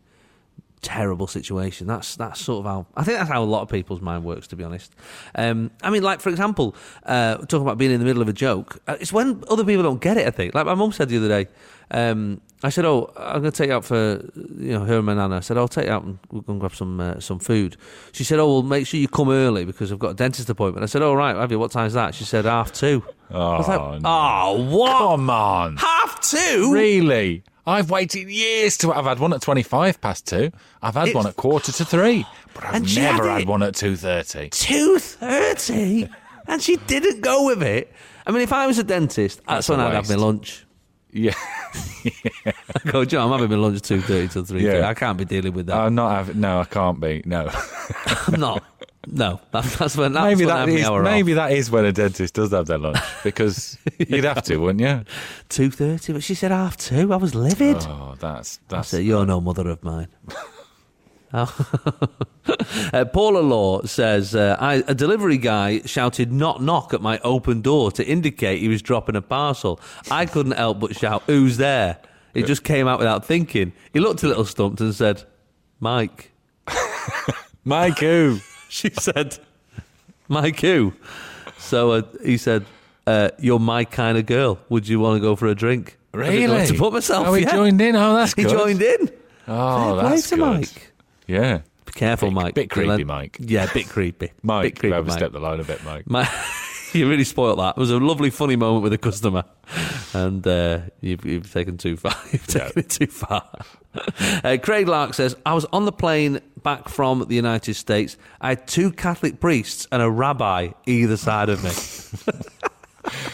Speaker 3: terrible situation. That's that's sort of how I think that's how a lot of people's mind works, to be honest. Um, I mean, like for example, uh, talking about being in the middle of a joke, uh, it's when other people don't get it. I think, like my mum said the other day, um, I said, "Oh, I'm going to take you out for you know her and my nana." I said, "I'll take you out and we're going to grab some uh, some food." She said, "Oh, well, make sure you come early because I've got a dentist appointment." I said, "All right, have you? What time's that?" She said, "Half two. I was like,
Speaker 4: Oh, no.
Speaker 3: "Oh, what?
Speaker 4: Come on.
Speaker 3: Half two?
Speaker 4: Really? I've waited years to. I've had one at twenty-five past two. I've had
Speaker 3: It's-
Speaker 4: one at quarter to three, but I've
Speaker 3: And she
Speaker 4: never
Speaker 3: had
Speaker 4: had,
Speaker 3: it.
Speaker 4: one at two thirty.
Speaker 3: two thirty, and she didn't go with it. I mean, if I was a dentist, that's,
Speaker 4: That's a
Speaker 3: when I'd have my
Speaker 4: waste.
Speaker 3: lunch.
Speaker 4: Yeah,
Speaker 3: I go, John, I'm having my lunch two thirty till three thirty.
Speaker 4: Yeah. Uh,
Speaker 3: I can't be dealing with that.
Speaker 4: I'm not having. No, I can't be. No,
Speaker 3: I'm not. No, that's, that's when that's
Speaker 4: maybe
Speaker 3: when I
Speaker 4: that
Speaker 3: have my
Speaker 4: is.
Speaker 3: hour
Speaker 4: Maybe that is when a dentist does have their lunch because you'd have to, wouldn't you?
Speaker 3: off. two thirty, but she said half two. I was livid.
Speaker 4: Oh, that's
Speaker 3: I
Speaker 4: that's.
Speaker 3: said, "You're no mother of mine." Uh, Paula Law says uh, I, a delivery guy shouted "knock knock" at my open door to indicate he was dropping a parcel. I couldn't help but shout, "Who's there?" It just came out without thinking. He looked a little stumped and said, "Mike."
Speaker 4: Mike, who?
Speaker 3: She said, "Mike who?" So uh, he said, uh, "You're my kind of girl. Would you want to go for a drink?" I didn't know
Speaker 4: Really?
Speaker 3: where To put myself.
Speaker 4: Oh, he
Speaker 3: yeah.
Speaker 4: joined in. Oh, that's
Speaker 3: He
Speaker 4: good.
Speaker 3: joined in.
Speaker 4: Oh,
Speaker 3: Fair play
Speaker 4: that's
Speaker 3: to
Speaker 4: good.
Speaker 3: Mike.
Speaker 4: Yeah,
Speaker 3: Be careful,
Speaker 4: Bit-
Speaker 3: Mike.
Speaker 4: bit creepy,
Speaker 3: Dylan.
Speaker 4: Mike.
Speaker 3: Yeah, bit creepy. bit
Speaker 4: Mike, you
Speaker 3: creepy, Mike.
Speaker 4: overstepped the line a bit, Mike.
Speaker 3: Mike- you really spoilt that. It was a lovely, funny moment with a customer, and uh, you've, you've taken too far. You've taken it too far. uh, Craig Lark says, "I was on the plane back from the United States. I had two Catholic priests and a rabbi either side of me."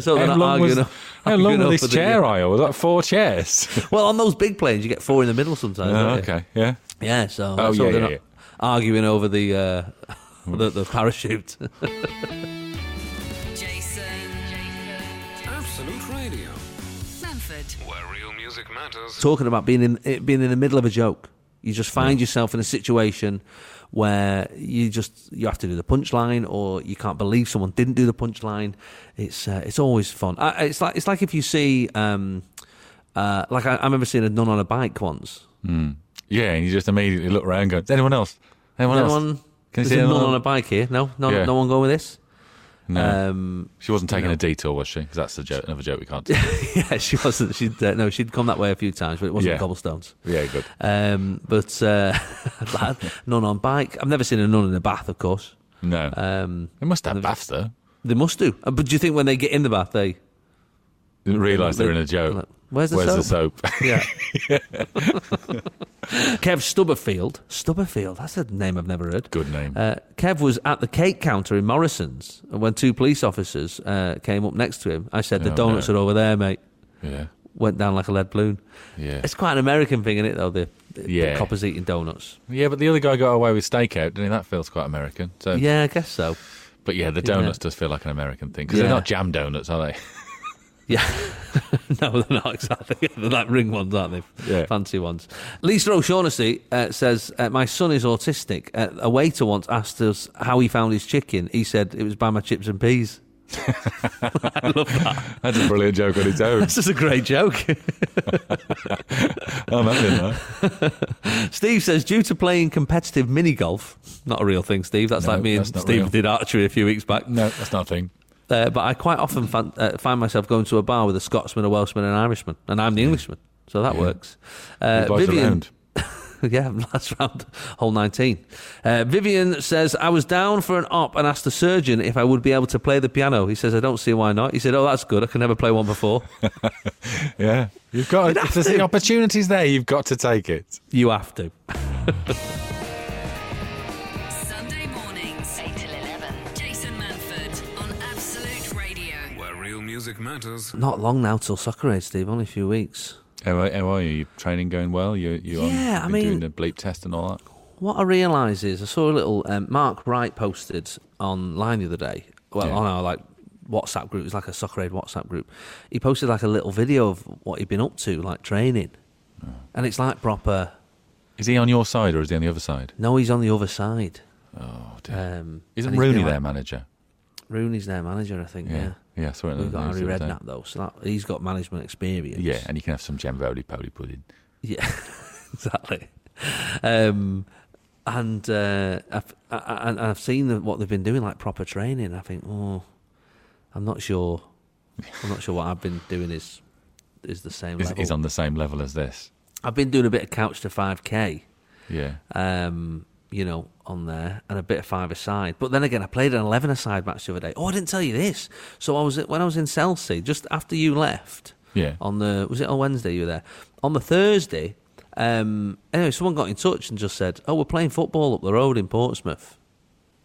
Speaker 3: so they're
Speaker 4: How
Speaker 3: not
Speaker 4: long,
Speaker 3: arguing.
Speaker 4: was,
Speaker 3: o-
Speaker 4: how long
Speaker 3: arguing
Speaker 4: was
Speaker 3: over
Speaker 4: this
Speaker 3: the-
Speaker 4: chair aisle? Was that four chairs?
Speaker 3: Well, on those big planes, you get four in the middle sometimes.
Speaker 4: Oh,
Speaker 3: don't you?
Speaker 4: okay, yeah.
Speaker 3: Yeah, so,
Speaker 4: Oh,
Speaker 3: so
Speaker 4: yeah,
Speaker 3: they're
Speaker 4: yeah,
Speaker 3: not
Speaker 4: yeah.
Speaker 3: arguing over the uh, the, the parachute.
Speaker 1: Jason. Jason.
Speaker 2: Absolute Radio,
Speaker 1: Manford.
Speaker 2: where real music matters.
Speaker 3: Talking about being in it being in the middle of a joke, you just find yourself in a situation where you just you have to do the punchline, or you can't believe someone didn't do the punchline. It's uh, it's always fun. I, I- it's like it's like if you see um, uh, like I, I remember seeing a nun on a bike once.
Speaker 4: Yeah, and you just immediately look around and go, Is anyone else? Anyone,
Speaker 3: Anyone?
Speaker 4: else? Can
Speaker 3: there's
Speaker 4: you see
Speaker 3: a nun
Speaker 4: anyone
Speaker 3: on a
Speaker 4: else?"
Speaker 3: bike here. No, no,
Speaker 4: Yeah.
Speaker 3: no one going with this.
Speaker 4: No.
Speaker 3: Um,
Speaker 4: she wasn't taking a detour, was she? 'Cause that's a joke, another joke we can't do.
Speaker 3: yeah, she wasn't. She'd uh, no, she'd come that way a few times, but it wasn't
Speaker 4: Yeah.
Speaker 3: cobblestones.
Speaker 4: yeah, good.
Speaker 3: Um, but uh, none on bike. I've never seen a nun in a bath, of course.
Speaker 4: No.
Speaker 3: Um,
Speaker 4: they must have baths, though.
Speaker 3: they must do. Uh, But do you think when they get in the bath, they
Speaker 4: Didn't realise they were in a
Speaker 3: like,
Speaker 4: joke.
Speaker 3: where's the
Speaker 4: Where's the soap?
Speaker 3: yeah? Kev Stubberfield, Stubberfield. That's a name I've never heard.
Speaker 4: good name.
Speaker 3: Uh, Kev was at the cake counter in Morrison's and when two police officers uh, came up next to him. I said, "The
Speaker 4: Oh,
Speaker 3: donuts
Speaker 4: no.
Speaker 3: are over there, mate."
Speaker 4: yeah.
Speaker 3: Went down like a lead balloon.
Speaker 4: Yeah.
Speaker 3: It's quite an American thing, isn't it? Though the, the
Speaker 4: Yeah.
Speaker 3: coppers eating donuts.
Speaker 4: Yeah, but the other guy got away with stakeout, didn't he? That feels quite American. So,
Speaker 3: Yeah, I guess so.
Speaker 4: But yeah, the donuts does feel like an American thing because
Speaker 3: Yeah.
Speaker 4: they're not jam donuts, are they?
Speaker 3: Yeah. no, they're not exactly. They're like ring ones, aren't they?
Speaker 4: Yeah.
Speaker 3: Fancy ones. Lisa O'Shaughnessy uh, says, uh, My son is autistic. Uh, a waiter once asked us how he found his chicken. He said, It was by my chips and peas. I love that.
Speaker 4: That's a brilliant joke on its own.
Speaker 3: This is a great joke.
Speaker 4: I'm having that.
Speaker 3: Steve says, due to playing competitive mini golf, not a real thing, Steve. That's
Speaker 4: No,
Speaker 3: like me and
Speaker 4: that's not
Speaker 3: Steve
Speaker 4: real.
Speaker 3: did archery a few weeks back.
Speaker 4: No, that's nothing.
Speaker 3: Uh, but I quite often fan, uh, find myself going to a bar with a Scotsman, a Welshman, and an Irishman, and I'm the Englishman, so that works. Uh,
Speaker 4: Boys around.
Speaker 3: yeah, last round, whole 19. Uh, Vivian says, I was down for an op and asked the surgeon if I would be able to play the piano. He says, I don't see why not. He said, Oh, that's good. I can never play one before.
Speaker 4: Yeah, you've got. if there's the opportunities there, you've got to take it.
Speaker 3: you have to.
Speaker 1: Sunday mornings, 8 till 11. Jason Manford on Absolute Radio.
Speaker 2: Where real music matters.
Speaker 3: Not long now till soccer aid, Steve, only a few weeks.
Speaker 4: How are, how are you? Your Training going well? You you
Speaker 3: Yeah, I
Speaker 4: on, been
Speaker 3: mean-
Speaker 4: doing the bleep test and all that.
Speaker 3: What I realise is I saw a little um, Mark Wright posted online the other day. Well,
Speaker 4: Yeah.
Speaker 3: on our like WhatsApp group, it's like a soccer aid WhatsApp group. He posted like a little video of what he'd been up to, like training,
Speaker 4: Oh.
Speaker 3: and it's like proper.
Speaker 4: Is he on your side or is he on the other side?
Speaker 3: No, he's on the other side.
Speaker 4: Oh dear.
Speaker 3: Um,
Speaker 4: Isn't
Speaker 3: and he's been,
Speaker 4: Rooney
Speaker 3: like-
Speaker 4: their manager?
Speaker 3: Rooney's their manager, I think. Yeah,
Speaker 4: Yeah, yeah. I saw it. on
Speaker 3: we've
Speaker 4: the
Speaker 3: got
Speaker 4: news
Speaker 3: Harry
Speaker 4: the other day.
Speaker 3: Redknapp though, so that, he's got management experience.
Speaker 4: Yeah, and you can have some jamboli poly pudding.
Speaker 3: Yeah, exactly. Um, and uh, I've, I, I, and I've seen the, what they've been doing, like proper training. I think, oh, I'm not sure. I'm not sure what I've been doing is is the same
Speaker 4: Is,
Speaker 3: level.
Speaker 4: is on the same level as this.
Speaker 3: I've been doing a bit of couch to five k,
Speaker 4: Yeah.
Speaker 3: um, you know, on there, and a bit of five aside. But then again, I played an eleven aside match the other day. Oh, I didn't tell you this. So I was at- when I was in Chelsea, just after you left
Speaker 4: Yeah.
Speaker 3: on the was it on Wednesday you were there on the Thursday. Um, anyway, someone got in touch and just said, "Oh, we're playing football up the road in Portsmouth,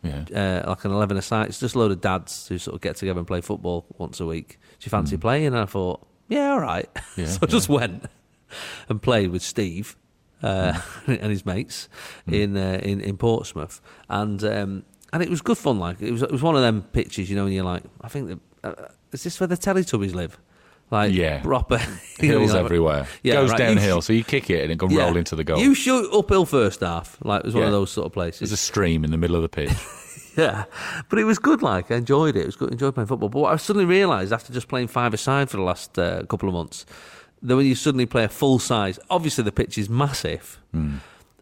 Speaker 4: Yeah.
Speaker 3: uh, like an eleven-a-side. It's just a load of dads who sort of get together and play football once a week. Do you fancy playing?" And I thought, "Yeah, all right."
Speaker 4: Hmm. Yeah,
Speaker 3: so I just went and played with Steve uh,
Speaker 4: Hmm.
Speaker 3: and his mates in, uh, in in Portsmouth, and um, and it was good fun. Like it was, it was one of them pitches, you know, and you're like, I think that, uh, is this where the Teletubbies live? Like
Speaker 4: Yeah.
Speaker 3: proper you know,
Speaker 4: Hills
Speaker 3: like-
Speaker 4: everywhere.
Speaker 3: Yeah,
Speaker 4: Goes
Speaker 3: right.
Speaker 4: downhill,
Speaker 3: You-
Speaker 4: so you kick it and it can
Speaker 3: yeah.
Speaker 4: roll into the goal.
Speaker 3: You shoot uphill first half. Like it was one
Speaker 4: Yeah.
Speaker 3: of those sort of
Speaker 4: There's
Speaker 3: places.
Speaker 4: a stream in the middle of the pitch.
Speaker 3: Yeah, but it was good. Like I enjoyed it. It was good. Enjoyed playing football. But what I suddenly realised after just playing five aside for the last uh, couple of months, that when you suddenly play a full size, obviously the pitch is massive,
Speaker 4: Hmm.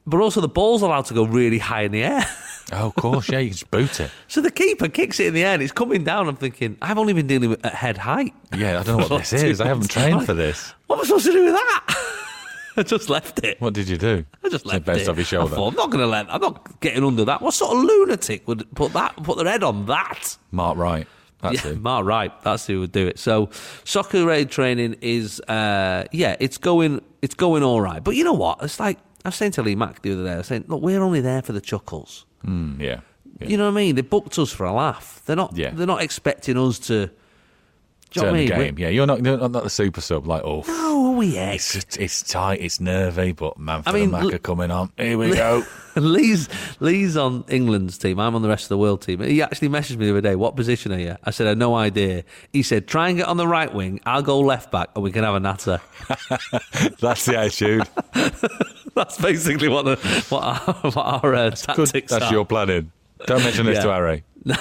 Speaker 3: but also the ball's allowed to go really high in the air.
Speaker 4: oh, of course, yeah, you can just boot it.
Speaker 3: so the keeper kicks it in the air. and It's coming down. I'm thinking, I've only been dealing with at head height.
Speaker 4: Yeah, I don't know what this is. I haven't trained for this.
Speaker 3: What am I supposed to do with that? I just left it.
Speaker 4: What did you do?
Speaker 3: I just
Speaker 4: So
Speaker 3: left
Speaker 4: bounced
Speaker 3: it.
Speaker 4: off your shoulder.
Speaker 3: I thought, I'm not going to let. I'm not getting under that. What sort of lunatic would put that? Put their head on that?
Speaker 4: Mark Wright. That's
Speaker 3: yeah,
Speaker 4: it.
Speaker 3: Mark Wright. That's who would do it. So soccer aid training is, uh, yeah, it's going, it's going all right. But you know what? It's like I was saying to Lee Mack the other day. I was saying, look, we're only there for the chuckles.
Speaker 4: Mm, yeah. yeah.
Speaker 3: You know what I mean? They booked us for a laugh. They're not.
Speaker 4: Yeah.
Speaker 3: They're not expecting us to. Do you know
Speaker 4: Turn
Speaker 3: what I
Speaker 4: the
Speaker 3: mean?
Speaker 4: game. Yeah, you're not, you're not the super sub. Like, oh,
Speaker 3: We're- Oh, we ex.
Speaker 4: it's, just, it's tight, it's nervy, but Manfred
Speaker 3: I mean,
Speaker 4: and Mac
Speaker 3: l-
Speaker 4: are coming on. Here we go.
Speaker 3: Lee's Lee's on England's team. I'm on the rest of the world team. He actually messaged me the other day. What position are you? I said, I have no idea. He said, try and get on the right wing. I'll go left back, and we can have a natter.
Speaker 4: That's the attitude.
Speaker 3: That's basically what the what our, what our uh,
Speaker 4: Good.
Speaker 3: tactics
Speaker 4: That's
Speaker 3: are.
Speaker 4: your planning. Don't mention this
Speaker 3: Yeah.
Speaker 4: to Harry.
Speaker 3: no,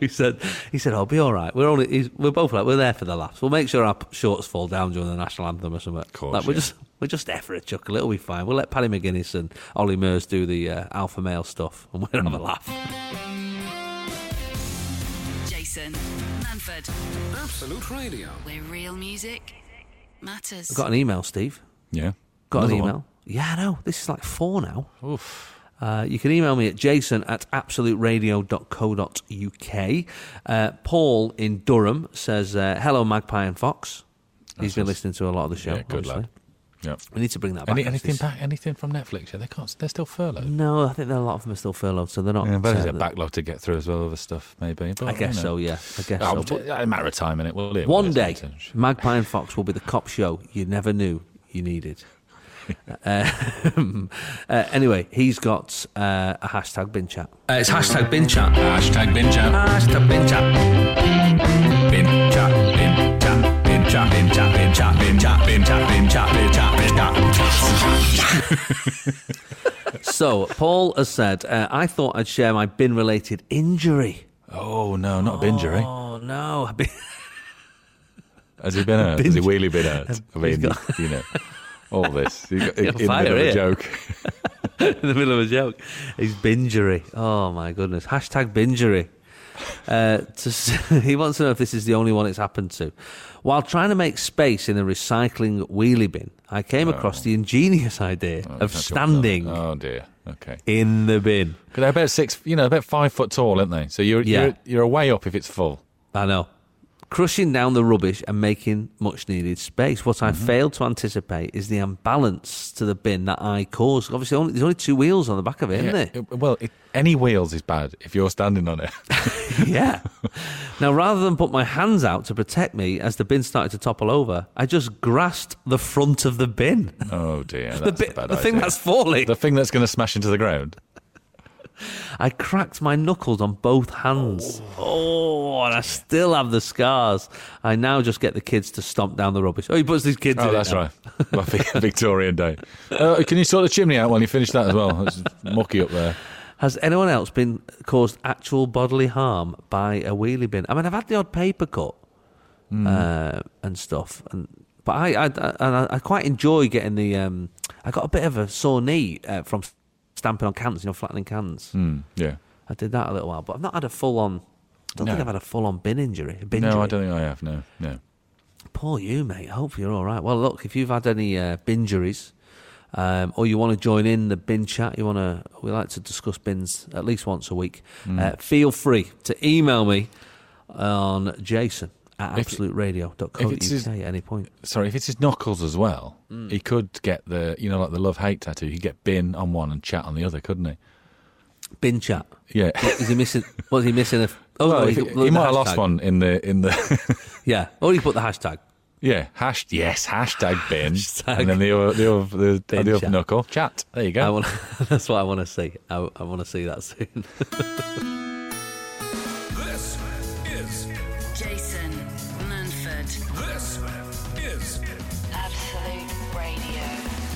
Speaker 3: he said. He said, "I'll be all right. We're only he's, we're both like we're there for the laughs. We'll make sure our p- shorts fall down during the national anthem or something. Of
Speaker 4: course,
Speaker 3: like, we're
Speaker 4: yeah.
Speaker 3: just we're just there for a chuckle. It'll be fine. We'll let Paddy McGuinness and Ollie Murs do the uh, alpha male stuff, and we'll have a laugh.
Speaker 1: Jason Manford,
Speaker 2: Absolute Radio.
Speaker 1: where real music matters.
Speaker 3: Got an email, Steve.
Speaker 4: Yeah.
Speaker 3: Got
Speaker 4: Another
Speaker 3: an
Speaker 4: one.
Speaker 3: email. Yeah, I know. This is like four now.
Speaker 4: Oof.
Speaker 3: Uh, you can email me at jason at absoluteradio.co.uk. Uh, Paul in Durham says, uh, Hello, Magpie and Fox. He's been listening to a lot of the show.
Speaker 4: Yeah, good
Speaker 3: obviously.
Speaker 4: lad. Yeah.
Speaker 3: We need to bring that back.
Speaker 4: Any, anything
Speaker 3: actually.
Speaker 4: back? Anything from Netflix? Yeah, they can't. They're still furloughed.
Speaker 3: No, I think there are a lot of them are still furloughed, so they're not.
Speaker 4: Yeah, but there's
Speaker 3: uh,
Speaker 4: a backlog to get through as well. Other stuff, maybe. But,
Speaker 3: I guess
Speaker 4: you
Speaker 3: so,
Speaker 4: know.
Speaker 3: yeah. I guess so.
Speaker 4: Oh, but
Speaker 3: But
Speaker 4: it's a matter of time, innit? We'll live.
Speaker 3: one
Speaker 4: with
Speaker 3: day,
Speaker 4: it.
Speaker 3: Magpie and Fox will be the cop show you never knew you needed. uh, uh, anyway, he's got uh, a hashtag bin chat. Uh, it's hashtag bin chat.
Speaker 4: Hashtag bin chat.
Speaker 3: Hashtag bin chat.
Speaker 4: Bin chat. Bin chat. Bin
Speaker 5: chop him, chop him, chop him, chop him, chop him, chop him, chop him, chop him,
Speaker 3: So, Paul has said, uh, I thought I'd share my bin related injury.
Speaker 4: Oh no, not a bin injury.
Speaker 3: Oh, no.
Speaker 4: Has he been hurt? Has he really been hurt? I mean, you know, all this You got- in, in the
Speaker 3: fire
Speaker 4: middle of a
Speaker 3: here.
Speaker 4: joke.
Speaker 3: in the middle of a joke. He's bingery. Oh my goodness. Hashtag bingery. Uh, to, s- he wants to know if this is the only one it's happened to. While trying to make space in a recycling wheelie bin, I came across the ingenious idea of
Speaker 4: It's not your
Speaker 3: standing
Speaker 4: fault. Oh dear. Okay.
Speaker 3: in the bin.
Speaker 4: Because they're about six, you know, about five foot tall, aren't they? So you're
Speaker 3: Yeah.
Speaker 4: you're you're a way up if it's full.
Speaker 3: I know. Crushing down the rubbish and making much needed space. What I
Speaker 4: Mm-hmm.
Speaker 3: failed to anticipate is the imbalance to the bin that I caused. Obviously, only, there's only two wheels on the back of it, not there?
Speaker 4: It- well, it, any wheels is bad if you're standing on it.
Speaker 3: Yeah. now, rather than put my hands out to protect me as the bin started to topple over, I just grasped the front of the bin.
Speaker 4: Oh dear. That's
Speaker 3: the
Speaker 4: a
Speaker 3: bit,
Speaker 4: bad
Speaker 3: the thing
Speaker 4: idea.
Speaker 3: that's falling.
Speaker 4: the thing that's going to smash into the ground.
Speaker 3: I cracked my knuckles on both hands. Oh. and I still have the scars. I now just get the kids to stomp down the rubbish. Oh, he puts these kids in
Speaker 4: Oh,
Speaker 3: it
Speaker 4: that's
Speaker 3: now.
Speaker 4: right. Well, Vic- Victorian day. Uh, can you sort the chimney out while you finish that as well? It's mucky up there.
Speaker 3: Has anyone else been caused actual bodily harm by a wheelie bin? I mean, I've had the odd paper cut
Speaker 4: Hmm.
Speaker 3: uh, and stuff, and but I I, I- and I I quite enjoy getting the. Um, I got a bit of a sore knee uh, from stamping on cans, you know, flattening cans.
Speaker 4: Hmm, yeah.
Speaker 3: I did that a little while, but I've not had a full on. I don't
Speaker 4: No.
Speaker 3: think I've had a full on bin injury. a Bin
Speaker 4: No,
Speaker 3: injury.
Speaker 4: I don't think I have. No, no.
Speaker 3: Poor you, mate. I hope you're all right. Well, look, if you've had any uh, bingeries, um, or you want to join in the bin chat, you want to, we like to discuss bins at least once a week.
Speaker 4: Mm.
Speaker 3: Uh, feel free to email me on Jason at
Speaker 4: If it- if it's his-
Speaker 3: absoluteradio.co.uk at any point.
Speaker 4: Sorry, if it's his knuckles as well, he
Speaker 3: Mm.
Speaker 4: could get the, you know, like the love hate tattoo. He'd get bin on one and chat on the other, couldn't he?
Speaker 3: Bin chat.
Speaker 4: Yeah.
Speaker 3: Is he missing? Was he missing? A, oh,
Speaker 4: Well,
Speaker 3: no,
Speaker 4: he,
Speaker 3: he,
Speaker 4: he might have lost
Speaker 3: hashtag.
Speaker 4: one in the in the
Speaker 3: Yeah, or he put the hashtag.
Speaker 4: yeah hash yes hashtag bin
Speaker 3: Hashtag
Speaker 4: and then the other the other, the,
Speaker 3: bin
Speaker 4: the other
Speaker 3: chat.
Speaker 4: knuckle chat there you
Speaker 3: I
Speaker 4: go
Speaker 3: want. that's what I want to see. I, I want to see that soon.
Speaker 2: This is
Speaker 1: Jason Manford,
Speaker 2: this is
Speaker 1: Absolute Radio.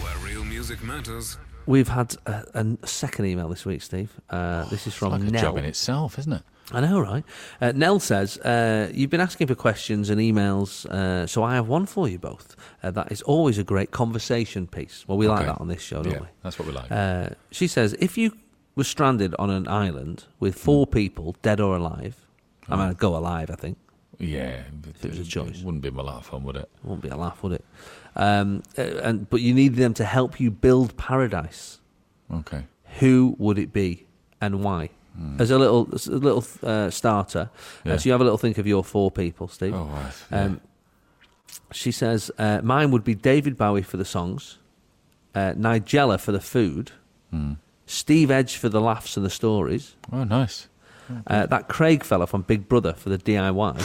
Speaker 2: where real music matters.
Speaker 3: We've had a, a second email this week, Steve. Uh, this is from
Speaker 4: like a
Speaker 3: Nell.
Speaker 4: job in itself isn't it
Speaker 3: I know, right? Uh, Nell says, uh, You've been asking for questions and emails, uh, so I have one for you both. Uh, that is always a great conversation piece. Well, we like
Speaker 4: Okay.
Speaker 3: that on this show, don't
Speaker 4: yeah
Speaker 3: we?
Speaker 4: that's what we like
Speaker 3: Uh, she says, If you were stranded on an island with four
Speaker 4: Hmm.
Speaker 3: people, dead or alive, I mean, I'd go alive, I think.
Speaker 4: yeah
Speaker 3: it was a choice.
Speaker 4: wouldn't be a lot of fun would it
Speaker 3: Wouldn't be a laugh, would it? Um, uh, and But you need them to help you build paradise.
Speaker 4: okay
Speaker 3: who would it be and why? As a little as a little uh, starter,
Speaker 4: Hmm. Yeah.
Speaker 3: uh, so you have a little think of your four people, Steve.
Speaker 4: oh right
Speaker 3: Um, she says uh, mine would be David Bowie for the songs, uh, Nigella for the food, Steve Edge for the laughs and the stories,
Speaker 4: yeah. oh nice
Speaker 3: uh, that Craig fella from Big Brother for the DIY,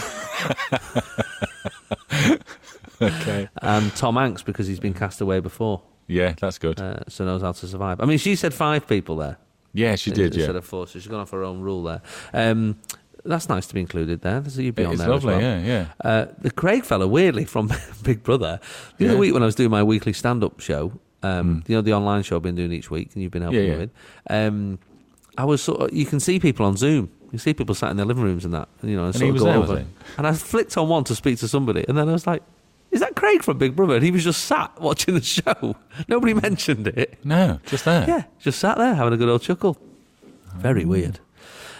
Speaker 4: okay
Speaker 3: and Tom Hanks because he's been cast away before,
Speaker 4: yeah that's good
Speaker 3: uh, so knows how to survive. I mean, she said five people there.
Speaker 4: yeah she did yeah
Speaker 3: instead of four. So she's gone off her own rule there. Um, that's nice to be included there. So you'd be on
Speaker 4: it's
Speaker 3: there
Speaker 4: lovely
Speaker 3: as well.
Speaker 4: yeah yeah
Speaker 3: Uh, the Craig fella, weirdly from Big Brother, the
Speaker 4: Yeah. Hmm.
Speaker 3: other week when I was doing my weekly stand-up show, um, you know the online show I've been doing each week, and you've been helping
Speaker 4: Yeah,
Speaker 3: me
Speaker 4: yeah.
Speaker 3: with. Um, I was sort of, you can see people on Zoom. You see people sat in their living rooms and that, you know, and, sort
Speaker 4: he
Speaker 3: of
Speaker 4: was
Speaker 3: go
Speaker 4: there, was
Speaker 3: over.
Speaker 4: he?
Speaker 3: And I flicked on one to speak to somebody, and then I was like, "Is that Craig from Big Brother?" And he was just sat watching the show. Nobody mentioned it.
Speaker 4: no just there
Speaker 3: Yeah, just sat there having a good old chuckle.
Speaker 4: Mm.
Speaker 3: Very weird.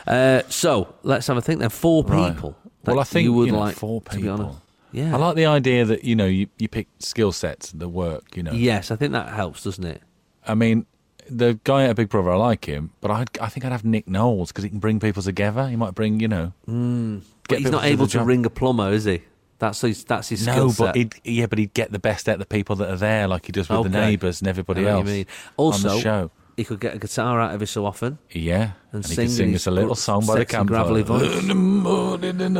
Speaker 3: Uh, so let's have a think. Then four
Speaker 4: Right.
Speaker 3: people.
Speaker 4: Well,
Speaker 3: that
Speaker 4: I think
Speaker 3: you would
Speaker 4: know,
Speaker 3: like
Speaker 4: four
Speaker 3: to be
Speaker 4: people.
Speaker 3: honest. Yeah,
Speaker 4: I like the idea that you know you, you pick skill sets that work. You know,
Speaker 3: Yes, I think that helps, doesn't it?
Speaker 4: I mean, the guy at Big Brother, I like him, but I I think I'd have Nick Knowles because he can bring people together. He might bring you know,
Speaker 3: Hmm. But he's
Speaker 4: people
Speaker 3: not
Speaker 4: to do
Speaker 3: able
Speaker 4: the
Speaker 3: to
Speaker 4: job.
Speaker 3: ring a plumber, is he? That's his. That's his skill
Speaker 4: no,
Speaker 3: set.
Speaker 4: but he'd, yeah, but he'd get the best out of the people that are there, like he does with
Speaker 3: Okay.
Speaker 4: the neighbours and
Speaker 3: I know
Speaker 4: everybody
Speaker 3: what you
Speaker 4: else.
Speaker 3: mean.
Speaker 4: on
Speaker 3: Also,
Speaker 4: the show,
Speaker 3: he could get a guitar out every so often
Speaker 4: yeah,
Speaker 3: and,
Speaker 4: he
Speaker 3: sing.
Speaker 4: can
Speaker 3: in
Speaker 4: sing
Speaker 3: his
Speaker 4: us a little song by the
Speaker 3: sexy,
Speaker 4: campfire.
Speaker 3: gravelly voice.
Speaker 4: In the morning and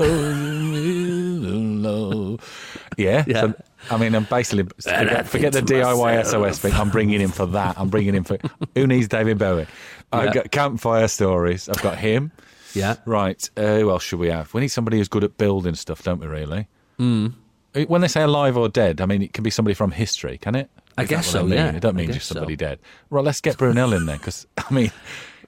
Speaker 4: all- yeah,
Speaker 3: Yeah.
Speaker 4: so, I mean, I'm basically forget, forget the DIY SOS thing. I'm bringing him for that. I'm bringing him for who needs David Bowie. I've
Speaker 3: Yeah.
Speaker 4: got campfire stories. I've got him.
Speaker 3: yeah, Hmm.
Speaker 4: Right. Uh, who else should we have? We need somebody who's good at building stuff, don't we? Really. when they say alive or dead, I mean it can be somebody from history, can it?
Speaker 3: I
Speaker 4: Is
Speaker 3: guess
Speaker 4: that what
Speaker 3: so,
Speaker 4: I mean?
Speaker 3: yeah.
Speaker 4: It don't
Speaker 3: I
Speaker 4: mean
Speaker 3: guess
Speaker 4: just somebody
Speaker 3: so.
Speaker 4: dead. Well, let's get Brunel in there because I mean,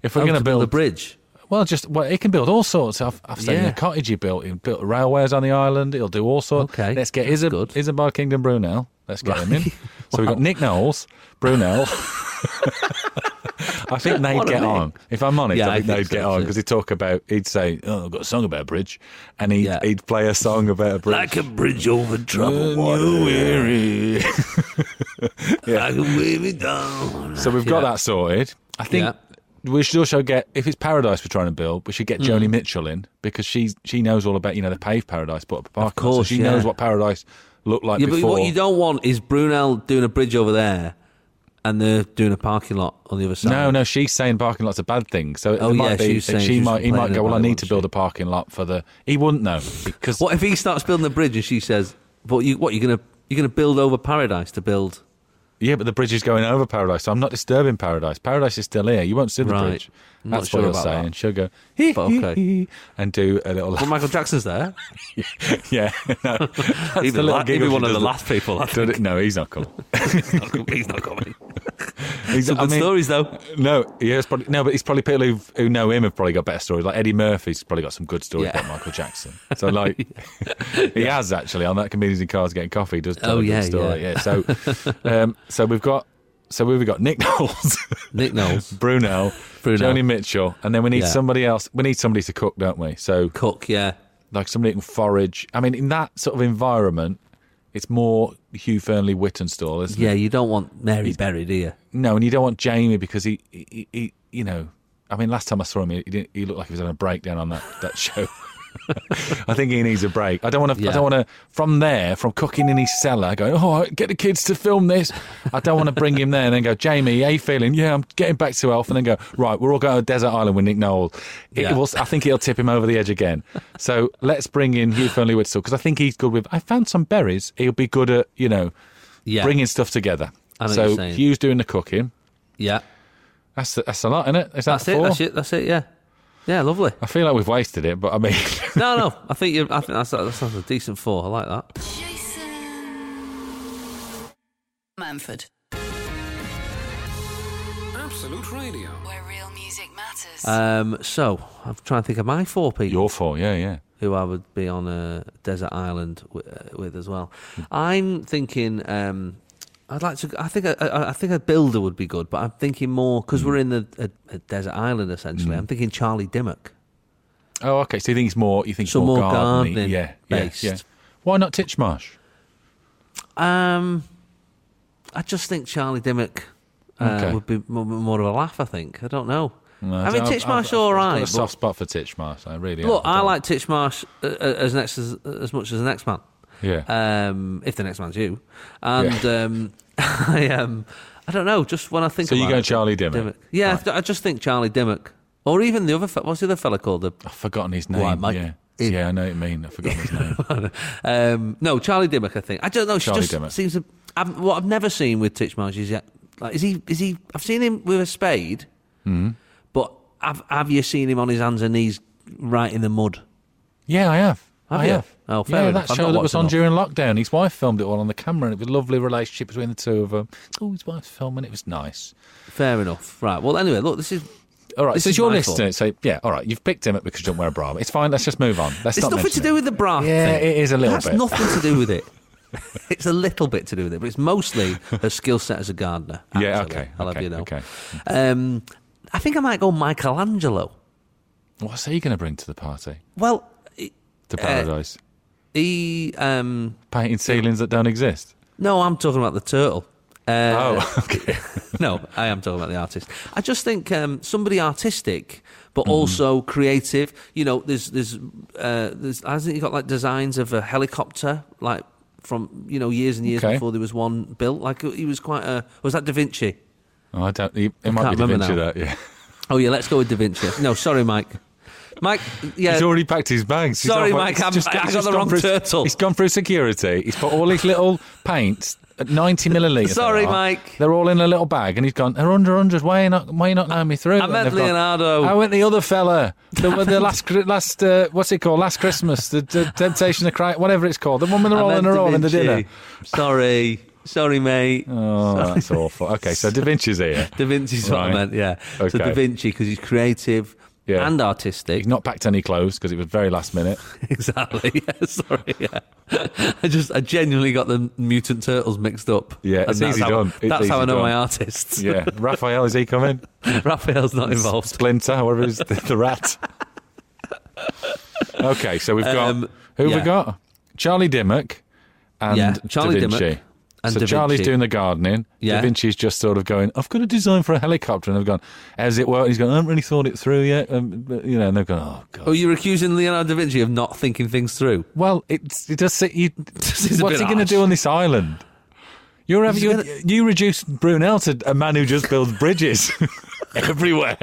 Speaker 4: if we're
Speaker 3: How
Speaker 4: going to build
Speaker 3: Oh, a bridge.
Speaker 4: well, just well, it can build all sorts. I've, I've seen
Speaker 3: Yeah.
Speaker 4: the cottage he built. He built railways on the island. It'll do all sorts.
Speaker 3: Okay,
Speaker 4: let's get
Speaker 3: that's
Speaker 4: Isab-
Speaker 3: good.
Speaker 4: Isabel Kingdom Brunel. Let's get him in. So we've got Nick Knowles, Brunel. I think they'd
Speaker 3: What a
Speaker 4: get
Speaker 3: name.
Speaker 4: on. If I'm honest,
Speaker 3: Yeah,
Speaker 4: I think
Speaker 3: I think
Speaker 4: they'd
Speaker 3: so
Speaker 4: get on
Speaker 3: too.
Speaker 4: because he'd talk about. He'd say, "Oh, I've got a song about a bridge," and he'd,
Speaker 3: Yeah.
Speaker 4: he'd play a song about a bridge.
Speaker 3: Like a bridge over troubled
Speaker 4: New
Speaker 3: water.
Speaker 4: Erie.
Speaker 3: I can wave it down.
Speaker 4: So we've got
Speaker 3: Yeah.
Speaker 4: that sorted. I think
Speaker 3: Yeah. Mm.
Speaker 4: we should also get if it's Paradise we're trying to build, we should get Joni Mitchell in because she she knows all about you know the paved Paradise, but of
Speaker 3: course,
Speaker 4: so she
Speaker 3: yeah.
Speaker 4: knows what Paradise looked like
Speaker 3: Yeah, but
Speaker 4: before.
Speaker 3: what you don't want is Brunel doing a bridge over there, and they're doing a parking lot on the other side.
Speaker 4: no, no, she's saying parking lots are bad things. So it
Speaker 3: Oh,
Speaker 4: might
Speaker 3: yeah,
Speaker 4: be
Speaker 3: she was saying she
Speaker 4: she
Speaker 3: was
Speaker 4: might he might
Speaker 3: complaining
Speaker 4: go. Well, I
Speaker 3: about it,
Speaker 4: need to
Speaker 3: wasn't
Speaker 4: build
Speaker 3: she?"
Speaker 4: a parking lot for the. He wouldn't know because
Speaker 3: What if he starts building the bridge and she says, "What you? What you gonna? You're gonna build over paradise to build?"
Speaker 4: yeah, but the bridge is going over Paradise, so I'm not disturbing Paradise. Paradise is still here. You won't see the
Speaker 3: Right.
Speaker 4: bridge.
Speaker 3: I'm not
Speaker 4: That's
Speaker 3: sure
Speaker 4: what he'll
Speaker 3: about
Speaker 4: say,
Speaker 3: that.
Speaker 4: and she'll go hee
Speaker 3: But
Speaker 4: hee,
Speaker 3: okay.
Speaker 4: hee, and do a little.
Speaker 3: Well, Michael Jackson's there.
Speaker 4: yeah, no,
Speaker 3: He'd be,
Speaker 4: the little
Speaker 3: la- he'd be
Speaker 4: giggle she
Speaker 3: one of the
Speaker 4: does.
Speaker 3: last people. I think.
Speaker 4: no, he's not cool.
Speaker 3: He's not coming.
Speaker 4: He's
Speaker 3: Some good stories though.
Speaker 4: No, yeah, it's probably no, but it's probably people who who know him have probably got better stories. Like Eddie Murphy's probably got some good stories
Speaker 3: Yeah.
Speaker 4: about Michael Jackson. So like, he has actually on that comedians in cars getting coffee. Does tell
Speaker 3: Oh,
Speaker 4: a good
Speaker 3: yeah,
Speaker 4: story.
Speaker 3: yeah.
Speaker 4: yeah. So, um, so we've got so we've got Nick Knowles,
Speaker 3: Nick Knowles,
Speaker 4: Bruno,
Speaker 3: Bruno.
Speaker 4: Joni Mitchell, and then we need
Speaker 3: Yeah.
Speaker 4: somebody else. We need somebody to cook, don't we? So
Speaker 3: Cook. Yeah,
Speaker 4: like somebody who can forage. I mean, in that sort of environment, it's more Hugh Fernley Whittenstall, isn't
Speaker 3: yeah. You don't want Mary Berry, do you?
Speaker 4: No, and you don't want Jamie because he, he, he you know, I mean, last time I saw him, he, he, didn't, he looked like he was having a breakdown on that, that show. I think he needs a break. I don't want to.
Speaker 3: Yeah.
Speaker 4: I don't want to. From there, from cooking in his cellar, going, oh, get the kids to film this. I don't want to bring him there and then go, Jamie, how you feeling? Yeah, I'm getting back to health. And then go, right, we're all going to desert island with Nick Knowles. It
Speaker 3: Yeah.
Speaker 4: will, I think it'll tip him over the edge again. So let's bring in Hugh Fernley Whitstall because I think he's good with. I found some berries. He'll be good at you know
Speaker 3: Yeah.
Speaker 4: bringing stuff together.
Speaker 3: I know what
Speaker 4: so
Speaker 3: you're saying.
Speaker 4: Hugh's doing the cooking.
Speaker 3: Yeah.
Speaker 4: That's that's a lot, isn't it? Is that
Speaker 3: That's it.
Speaker 4: four?
Speaker 3: That's it. That's it. Yeah. Yeah. Lovely.
Speaker 4: I feel like we've wasted it, but I mean,
Speaker 3: No, no. I think you. I think that's that's a decent four. I like that.
Speaker 1: Jason Manford,
Speaker 2: Absolute Radio.
Speaker 1: where real music matters.
Speaker 3: Um, so I'm trying to think of my four people
Speaker 4: you're four, yeah, yeah.
Speaker 3: who I would be on a desert island with, uh, with as well.
Speaker 4: Hmm.
Speaker 3: I'm thinking. Um, I'd like to. I think. A, a, I think a builder would be good, but I'm thinking more because we're
Speaker 4: Hmm.
Speaker 3: in the a, a desert island essentially. I'm thinking Charlie Dimmock.
Speaker 4: Oh, okay. So you think it's more? You think it's
Speaker 3: So
Speaker 4: more
Speaker 3: more
Speaker 4: gardening?
Speaker 3: gardening
Speaker 4: yeah,
Speaker 3: based.
Speaker 4: yeah, yeah. Why not Titchmarsh?
Speaker 3: Um, I just think Charlie Dimmock uh,
Speaker 4: Okay.
Speaker 3: would be m- m- more of a laugh. I think. I don't know.
Speaker 4: No,
Speaker 3: I mean,
Speaker 4: don't-
Speaker 3: Titchmarsh
Speaker 4: I've- I've
Speaker 3: all
Speaker 4: Got a
Speaker 3: right.
Speaker 4: soft
Speaker 3: but
Speaker 4: spot for Titchmarsh. I really.
Speaker 3: Look,
Speaker 4: have.
Speaker 3: I
Speaker 4: don't-
Speaker 3: like Titchmarsh uh, uh, as next as, as much as the next man.
Speaker 4: Yeah.
Speaker 3: Um, if the next man's you, and
Speaker 4: Yeah.
Speaker 3: um, I um, I don't know. Just when I think.
Speaker 4: So you
Speaker 3: about
Speaker 4: go
Speaker 3: it,
Speaker 4: Charlie Dimmock?
Speaker 3: Yeah, I th- I just think Charlie Dimmock, or even the other. Fe- what's the other fella called? The
Speaker 4: I've forgotten his name.
Speaker 3: Right, mate.
Speaker 4: Yeah,
Speaker 3: It-
Speaker 4: yeah. I know what you mean. I've forgotten his name.
Speaker 3: um, no, Charlie Dimmock. I think I don't know. She
Speaker 4: Charlie
Speaker 3: just
Speaker 4: Dimmock.
Speaker 3: seems to. I've, what I've never seen with Titchmarsh is yet. Like, is he? Is he? I've seen him with a spade,
Speaker 4: Mm-hmm.
Speaker 3: but have have you seen him on his hands and knees right in the mud?
Speaker 4: Yeah, I have.
Speaker 3: Have
Speaker 4: I
Speaker 3: you?
Speaker 4: have.
Speaker 3: Oh, fair
Speaker 4: yeah,
Speaker 3: enough.
Speaker 4: that
Speaker 3: I've
Speaker 4: show
Speaker 3: not
Speaker 4: that
Speaker 3: watched
Speaker 4: was on
Speaker 3: enough.
Speaker 4: during lockdown. His wife filmed it all on the camera, and it was a lovely relationship between the two of them. Oh, his wife filming it was nice.
Speaker 3: Fair enough. Right. Well, anyway, look. This is
Speaker 4: All right,
Speaker 3: This
Speaker 4: this so
Speaker 3: is
Speaker 4: is your
Speaker 3: my
Speaker 4: list.
Speaker 3: fault.
Speaker 4: isn't it? So yeah, all right, you've picked him up because you don't wear a bra. It's fine. Let's just move on. Let's
Speaker 3: It's
Speaker 4: not
Speaker 3: nothing
Speaker 4: mention
Speaker 3: to
Speaker 4: it.
Speaker 3: do with the bra.
Speaker 4: Yeah,
Speaker 3: thing.
Speaker 4: it is a little
Speaker 3: That's
Speaker 4: bit.
Speaker 3: nothing to do with it. it's a little bit to do with it, but it's mostly her skill set as a gardener.
Speaker 4: Yeah,
Speaker 3: actually.
Speaker 4: okay,
Speaker 3: I'll
Speaker 4: okay,
Speaker 3: have you know.
Speaker 4: okay.
Speaker 3: Um, I think I might go Michelangelo.
Speaker 4: What's he going to bring to the party?
Speaker 3: Well, he-
Speaker 4: To
Speaker 3: Uh,
Speaker 4: paradise,
Speaker 3: he. Um,
Speaker 4: painting ceilings that don't exist.
Speaker 3: no, I'm talking about the turtle. Uh,
Speaker 4: oh, okay.
Speaker 3: no, I am talking about the artist. I just think um, somebody artistic, but
Speaker 4: Mm-hmm.
Speaker 3: also creative. You know, there's there's uh, there's hasn't he got like designs of a helicopter like from you know years and years
Speaker 4: Okay.
Speaker 3: before there was one built. Like he was quite a was that Da Vinci?
Speaker 4: Oh, I don't. It, it might
Speaker 3: can't
Speaker 4: be Da
Speaker 3: remember
Speaker 4: Vinci.
Speaker 3: now.
Speaker 4: That yeah.
Speaker 3: Oh yeah, let's go with Da Vinci. No, sorry, Mike. Mike, yeah.
Speaker 4: He's already packed his bags. He's
Speaker 3: Sorry,
Speaker 4: off-
Speaker 3: Mike,
Speaker 4: he's
Speaker 3: I'm- I got
Speaker 4: he's
Speaker 3: the
Speaker 4: gone
Speaker 3: wrong
Speaker 4: through-
Speaker 3: turtle.
Speaker 4: He's gone through security. He's put all his little paints at 90 millilitres.
Speaker 3: Sorry,
Speaker 4: they are.
Speaker 3: Mike.
Speaker 4: They're all in a little bag, and he's gone, they're under 100. Why are you not, why are you not letting me through?
Speaker 3: I
Speaker 4: And
Speaker 3: met
Speaker 4: they've gone,
Speaker 3: Leonardo.
Speaker 4: I went the other fella. The, the last, cri- last uh, what's it called? Last Christmas. The, the Temptation of Christ, whatever it's called. The one when they're
Speaker 3: I
Speaker 4: all in
Speaker 3: meant
Speaker 4: a
Speaker 3: Da
Speaker 4: row in the
Speaker 3: Vinci.
Speaker 4: dinner.
Speaker 3: Sorry. Sorry, mate.
Speaker 4: Oh, that's awful. Okay, so Da Vinci's here.
Speaker 3: Da Vinci's what I
Speaker 4: Right.
Speaker 3: meant, yeah. So
Speaker 4: Okay.
Speaker 3: Da Vinci, because he's creative
Speaker 4: Yeah.
Speaker 3: and artistic.
Speaker 4: He's not packed any clothes because it was very last minute.
Speaker 3: exactly. Yeah, sorry. Yeah. I just, I genuinely got the mutant turtles mixed up.
Speaker 4: Yeah, it's
Speaker 3: that's
Speaker 4: easy
Speaker 3: how,
Speaker 4: done. It's
Speaker 3: that's how
Speaker 4: easy
Speaker 3: I know
Speaker 4: done.
Speaker 3: my artists.
Speaker 4: Yeah. Raphael, is he coming?
Speaker 3: Raphael's not involved.
Speaker 4: Splinter, whatever it is, the, the rat. okay, so we've got
Speaker 3: Um,
Speaker 4: who have
Speaker 3: yeah.
Speaker 4: we got? Charlie Dimmock and
Speaker 3: Yeah, Charlie
Speaker 4: Da Vinci.
Speaker 3: Dimmock and
Speaker 4: so
Speaker 3: Da
Speaker 4: Charlie's
Speaker 3: Vinci.
Speaker 4: doing the gardening.
Speaker 3: Yeah.
Speaker 4: Da Vinci's just sort of going, I've got a design for a helicopter, and they've gone, "How's it work?" And he's going, "I haven't really thought it through yet." Um, but, you know, and they've gone, "Oh God."
Speaker 3: Oh, you're accusing Leonardo da Vinci of not thinking things through.
Speaker 4: Well, it's, it does. Say, you,
Speaker 3: is a
Speaker 4: what's
Speaker 3: bit
Speaker 4: he going to
Speaker 3: harsh.
Speaker 4: do on this island? You're, having-
Speaker 3: He's
Speaker 4: you're- you reduce Brunel to a man who just builds bridges everywhere,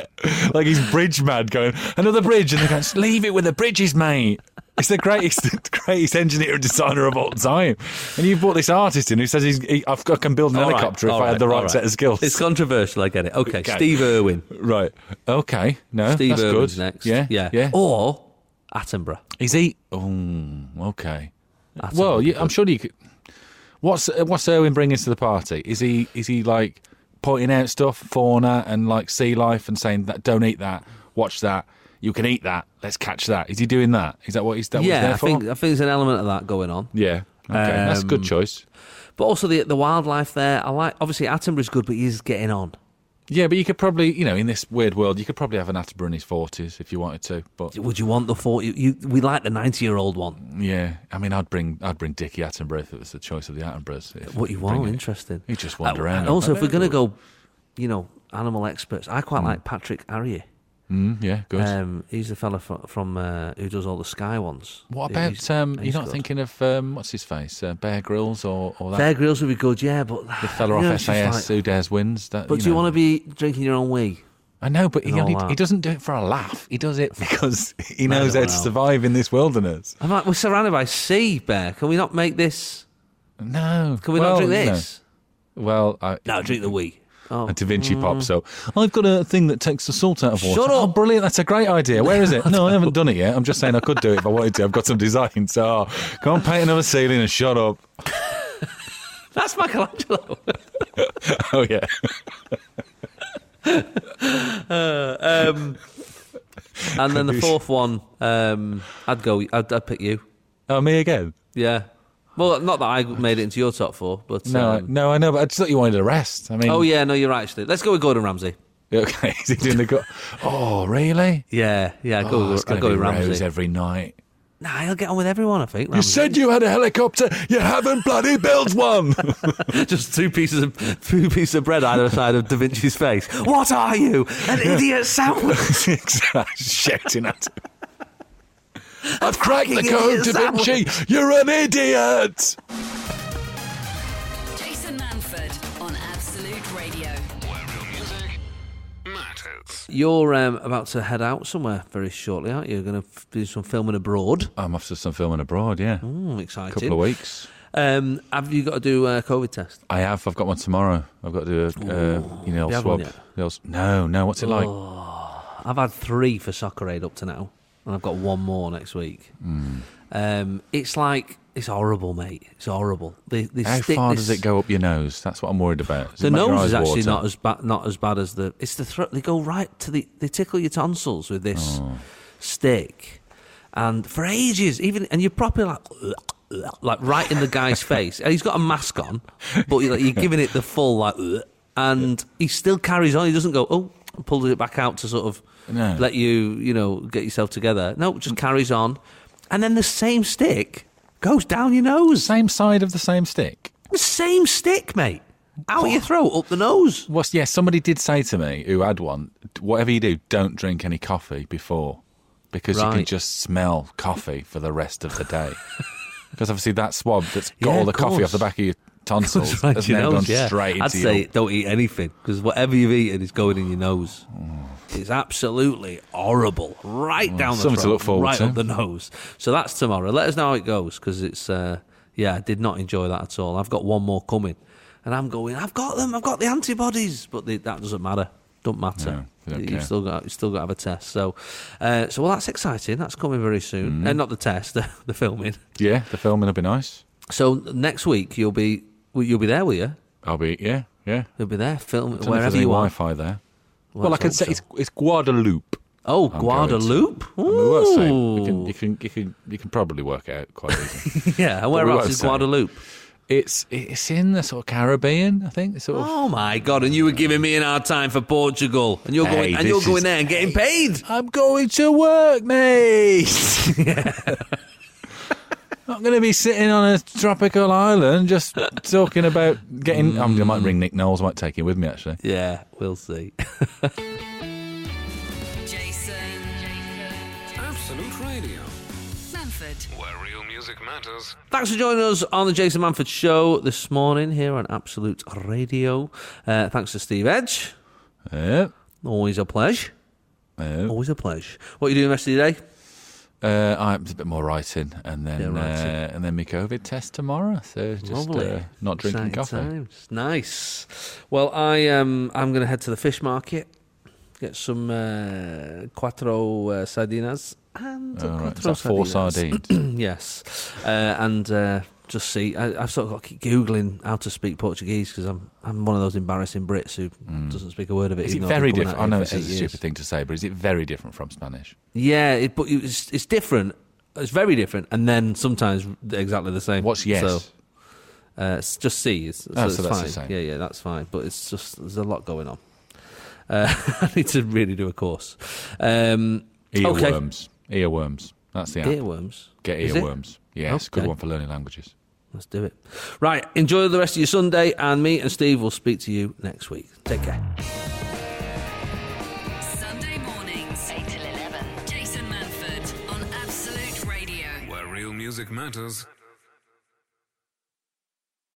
Speaker 4: like he's bridge mad. Going another bridge, and they're going, "Just leave it with the bridges, mate. It's the greatest, greatest engineer and designer of all time. And you've brought this artist in who says he's, he, I've got, I can build an
Speaker 3: All right,
Speaker 4: helicopter if
Speaker 3: all
Speaker 4: I had the
Speaker 3: all
Speaker 4: right, set of skills.
Speaker 3: It's controversial, I get it. Okay,
Speaker 4: Okay.
Speaker 3: Steve Irwin.
Speaker 4: right? Okay. No,
Speaker 3: Steve
Speaker 4: that's
Speaker 3: Irwin's
Speaker 4: good.
Speaker 3: next.
Speaker 4: Yeah,
Speaker 3: yeah.
Speaker 4: yeah.
Speaker 3: Or Attenborough.
Speaker 4: Is he? Oh, okay.
Speaker 3: Attenborough
Speaker 4: Well,
Speaker 3: would be
Speaker 4: you, I'm sure you could. What's uh, what's Irwin bringing to the party? Is he is he like pointing out stuff, fauna and like sea life, and saying that don't eat that, watch that, you can eat that, let's catch that. Is he doing that? Is that what he's that what he's
Speaker 3: yeah,
Speaker 4: there
Speaker 3: I
Speaker 4: for?
Speaker 3: think I think there's an element of that going on.
Speaker 4: yeah. Okay, that's a
Speaker 3: Um,
Speaker 4: good choice.
Speaker 3: But also the the wildlife there. I like obviously Attenborough's good, but he's getting on.
Speaker 4: Yeah, but you could probably, you know, in this weird world, you could probably have an Attenborough in his forties if you wanted to. But
Speaker 3: Would you want the forty? You, we like the ninety year old one.
Speaker 4: yeah, I mean, I'd bring I'd bring Dickie Attenborough if it was the choice of the Attenboroughs. if-
Speaker 3: What you
Speaker 4: bring
Speaker 3: want?
Speaker 4: it.
Speaker 3: Interesting.
Speaker 4: You just wander
Speaker 3: Uh,
Speaker 4: around.
Speaker 3: and also, if we're gonna go, you know, animal experts, I
Speaker 4: Hmm.
Speaker 3: quite like Patrick Arrier.
Speaker 4: Mm, yeah, good.
Speaker 3: Um, he's the fella from, from uh, who does all the sky ones.
Speaker 4: What
Speaker 3: He-
Speaker 4: about
Speaker 3: he's-
Speaker 4: um,
Speaker 3: he's
Speaker 4: you're not
Speaker 3: good.
Speaker 4: thinking of um, what's his face uh, Bear Grylls or, or that
Speaker 3: Bear Grylls would be good, yeah, but
Speaker 4: the fella
Speaker 3: you know,
Speaker 4: off
Speaker 3: it's just
Speaker 4: SAS
Speaker 3: like-
Speaker 4: who dares wins? That,
Speaker 3: but do you
Speaker 4: know.
Speaker 3: want to be drinking your own wee?
Speaker 4: I know, but he
Speaker 3: and all
Speaker 4: only
Speaker 3: that?
Speaker 4: he doesn't do it for a laugh. He does it because he
Speaker 3: I
Speaker 4: knows how
Speaker 3: don't
Speaker 4: to
Speaker 3: know.
Speaker 4: survive in this wilderness.
Speaker 3: I'm like, we're surrounded by sea, Bear. Can we not make this?
Speaker 4: No,
Speaker 3: Can we
Speaker 4: well,
Speaker 3: not drink
Speaker 4: you know.
Speaker 3: this?
Speaker 4: Well, I,
Speaker 3: No, drink the wee. Oh,
Speaker 4: And Da Vinci pops up. I've got a thing that takes the salt out of water.
Speaker 3: Shut
Speaker 4: Oh,
Speaker 3: up.
Speaker 4: brilliant! That's a great idea. Where is it? No, I haven't done it yet. I'm just saying I could do it if I wanted to. I've got some designs. So oh, go and paint another ceiling and shut up.
Speaker 3: that's Michelangelo.
Speaker 4: Oh yeah.
Speaker 3: um, and then the fourth one, um, I'd go. I'd, I'd pick you.
Speaker 4: Oh me again.
Speaker 3: Yeah. Well, not that I made it into your top four, but
Speaker 4: No,
Speaker 3: um,
Speaker 4: no, I know, but I just thought you wanted a rest. I mean,
Speaker 3: oh yeah, no, you're right. Actually, let's go with Gordon Ramsay.
Speaker 4: Okay, is he doing the go? Oh, really?
Speaker 3: Yeah, yeah, I'd
Speaker 4: Oh,
Speaker 3: go.
Speaker 4: it's
Speaker 3: with- I'd
Speaker 4: going
Speaker 3: go
Speaker 4: to be
Speaker 3: with
Speaker 4: rows
Speaker 3: Ramsay.
Speaker 4: every night.
Speaker 3: Nah, he'll get on with everyone. I think.
Speaker 4: You
Speaker 3: Ramsay.
Speaker 4: said you had a helicopter. You haven't bloody built one.
Speaker 3: just two pieces of two pieces of bread either side of Da Vinci's face. What are you, an idiot sandwich?
Speaker 4: Shouting at him. I've cracked the
Speaker 3: Fucking
Speaker 4: code,
Speaker 3: idiot
Speaker 4: Da Vinci. You're an idiot.
Speaker 1: Jason Manford on Absolute Radio.
Speaker 2: Where real music matters.
Speaker 3: You're um, about to head out somewhere very shortly, aren't you? You're going to f- do some filming abroad.
Speaker 4: I'm off to some filming abroad. Yeah,
Speaker 3: Mm,
Speaker 4: a
Speaker 3: exciting.
Speaker 4: couple of weeks.
Speaker 3: Um, have you got to do a COVID test?
Speaker 4: I have. I've got one tomorrow. I've got to do a, uh, you know,
Speaker 3: you
Speaker 4: old
Speaker 3: have one yet?
Speaker 4: swab.
Speaker 3: Oh,
Speaker 4: The old s- No, no. What's it like?
Speaker 3: I've had three for Soccer Aid up to now, and I've got one more next week.
Speaker 4: Hmm.
Speaker 3: Um, it's like it's horrible, mate. It's horrible. They, they
Speaker 4: How
Speaker 3: stick
Speaker 4: far
Speaker 3: this-
Speaker 4: does it go up your nose? That's what I'm worried about. Does
Speaker 3: The
Speaker 4: it make your
Speaker 3: nose
Speaker 4: eyes
Speaker 3: is actually
Speaker 4: water?
Speaker 3: not as bad. Not as bad as the. It's the throat. They go right to the. They tickle your tonsils with this
Speaker 4: Oh.
Speaker 3: stick, and for ages, even and you're probably like. Like right in the guy's face, and he's got a mask on, but you're, like, you're giving it the full like, and he still carries on. He doesn't go oh, and pulls it back out to sort of
Speaker 4: No. Mm.
Speaker 3: let you you know get yourself together. No, just carries on, and then the same stick goes down your nose.
Speaker 4: Same side of the same stick.
Speaker 3: The same stick, mate, out your throat, up the nose.
Speaker 4: What's yeah? Somebody did say to me who had one. Whatever you do, don't drink any coffee before, because you can
Speaker 3: Right.
Speaker 4: just smell coffee for the rest of the day. Because obviously that swab that's got
Speaker 3: Yeah,
Speaker 4: all the
Speaker 3: of
Speaker 4: coffee
Speaker 3: course.
Speaker 4: off the back of your tonsils
Speaker 3: Right,
Speaker 4: has
Speaker 3: your
Speaker 4: now
Speaker 3: nose,
Speaker 4: gone
Speaker 3: yeah.
Speaker 4: straight into
Speaker 3: I'd
Speaker 4: your-
Speaker 3: say don't eat anything because whatever you've eaten is going in your nose.
Speaker 4: Mm.
Speaker 3: It's absolutely horrible, right down the
Speaker 4: something to
Speaker 3: throat,
Speaker 4: look forward
Speaker 3: right
Speaker 4: to.
Speaker 3: up the nose. So that's tomorrow. Let us know how it goes because it's uh, yeah, I did not enjoy that at all. I've got one more coming, and I'm going. I've got them. I've got the antibodies, but they, that doesn't matter. Don't matter.
Speaker 4: No, they don't
Speaker 3: You-
Speaker 4: care.
Speaker 3: You've still got you still got to have a test. So, uh, so well, that's exciting. That's coming very soon.
Speaker 4: Mm-hmm.
Speaker 3: And not the test, the, the filming.
Speaker 4: Yeah, the filming will be nice.
Speaker 3: So next week you'll be well, you'll be there, will you?
Speaker 4: I'll be yeah, yeah.
Speaker 3: You'll be there, film
Speaker 4: Don't know if there's
Speaker 3: wherever
Speaker 4: any
Speaker 3: you are.
Speaker 4: Wi-Fi there.
Speaker 3: Well,
Speaker 4: Well,
Speaker 3: I
Speaker 4: I can
Speaker 3: hope
Speaker 4: say
Speaker 3: so.
Speaker 4: it's, it's Guadeloupe.
Speaker 3: Oh,
Speaker 4: I'm
Speaker 3: Guadeloupe.
Speaker 4: I mean, we won't say. You can,
Speaker 3: Ooh.
Speaker 4: you can you can you can probably work it out quite easily.
Speaker 3: yeah, and where
Speaker 4: we
Speaker 3: else
Speaker 4: won't
Speaker 3: is
Speaker 4: say.
Speaker 3: Guadeloupe?
Speaker 4: it's it's in the sort of Caribbean, I think. It's sort of.
Speaker 3: Oh my God! And you were giving me an hard time for Portugal, and you're
Speaker 4: Hey,
Speaker 3: going and
Speaker 4: this
Speaker 3: you're going
Speaker 4: is-
Speaker 3: there and getting paid.
Speaker 4: I'm going to work, mate. Not going to be sitting on a tropical island just talking about getting.
Speaker 3: Mm.
Speaker 4: I, mean, I might ring Nick Knowles. I might take him with me actually.
Speaker 3: Yeah, we'll see.
Speaker 1: Jason. Jason.
Speaker 2: Absolute Radio,
Speaker 1: Manford.
Speaker 2: where real music matters.
Speaker 3: Thanks for joining us on the Jason Manford Show this morning here on Absolute Radio. Uh, thanks to Steve Edge.
Speaker 4: Yeah.
Speaker 3: Always a pleasure.
Speaker 4: yeah.
Speaker 3: Always a pleasure. What are you doing the rest of your day?
Speaker 4: Uh, I it's a bit more writing, and then
Speaker 3: Yeah, writing.
Speaker 4: Uh, and then my COVID test tomorrow. So just
Speaker 3: Lovely.
Speaker 4: uh, not drinking
Speaker 3: Exciting
Speaker 4: coffee.
Speaker 3: Times. Nice. Well, I um, I'm going to head to the fish market, get some uh, cuatro uh, sardinas and
Speaker 4: All right,
Speaker 3: cuatro
Speaker 4: is that four sardines?
Speaker 3: yes, uh, and uh, just see. I, I've sort of got to keep googling how to speak Portuguese because I'm I'm one of those embarrassing Brits who doesn't speak a word of it.
Speaker 4: Mm. is it
Speaker 3: even though I've been
Speaker 4: very
Speaker 3: coming
Speaker 4: different?
Speaker 3: out
Speaker 4: I know
Speaker 3: here
Speaker 4: it's
Speaker 3: for
Speaker 4: a
Speaker 3: eight years.
Speaker 4: stupid thing to say, but is it very different from Spanish?
Speaker 3: Yeah, it, but it's it's different. It's very different, and then sometimes exactly the same.
Speaker 4: What's yes?
Speaker 3: So- Uh, it's just C. It's, so
Speaker 4: Oh, so
Speaker 3: it's
Speaker 4: that's
Speaker 3: fine.
Speaker 4: the same.
Speaker 3: Yeah, yeah, that's fine. But it's just there's a lot going on. Uh, I need to really do a course. Um, okay.
Speaker 4: Earworms. Earworms. That's the app.
Speaker 3: Earworms.
Speaker 4: Get
Speaker 3: Is it?
Speaker 4: earworms. Yeah, it's a good
Speaker 3: Okay.
Speaker 4: one for learning languages.
Speaker 3: Let's do it. Right. Enjoy the rest of your Sunday, and me and Steve will speak to you next week. Take care.
Speaker 1: Sunday mornings, 8 till 11. Jason Manford on Absolute Radio.
Speaker 2: Where real music matters.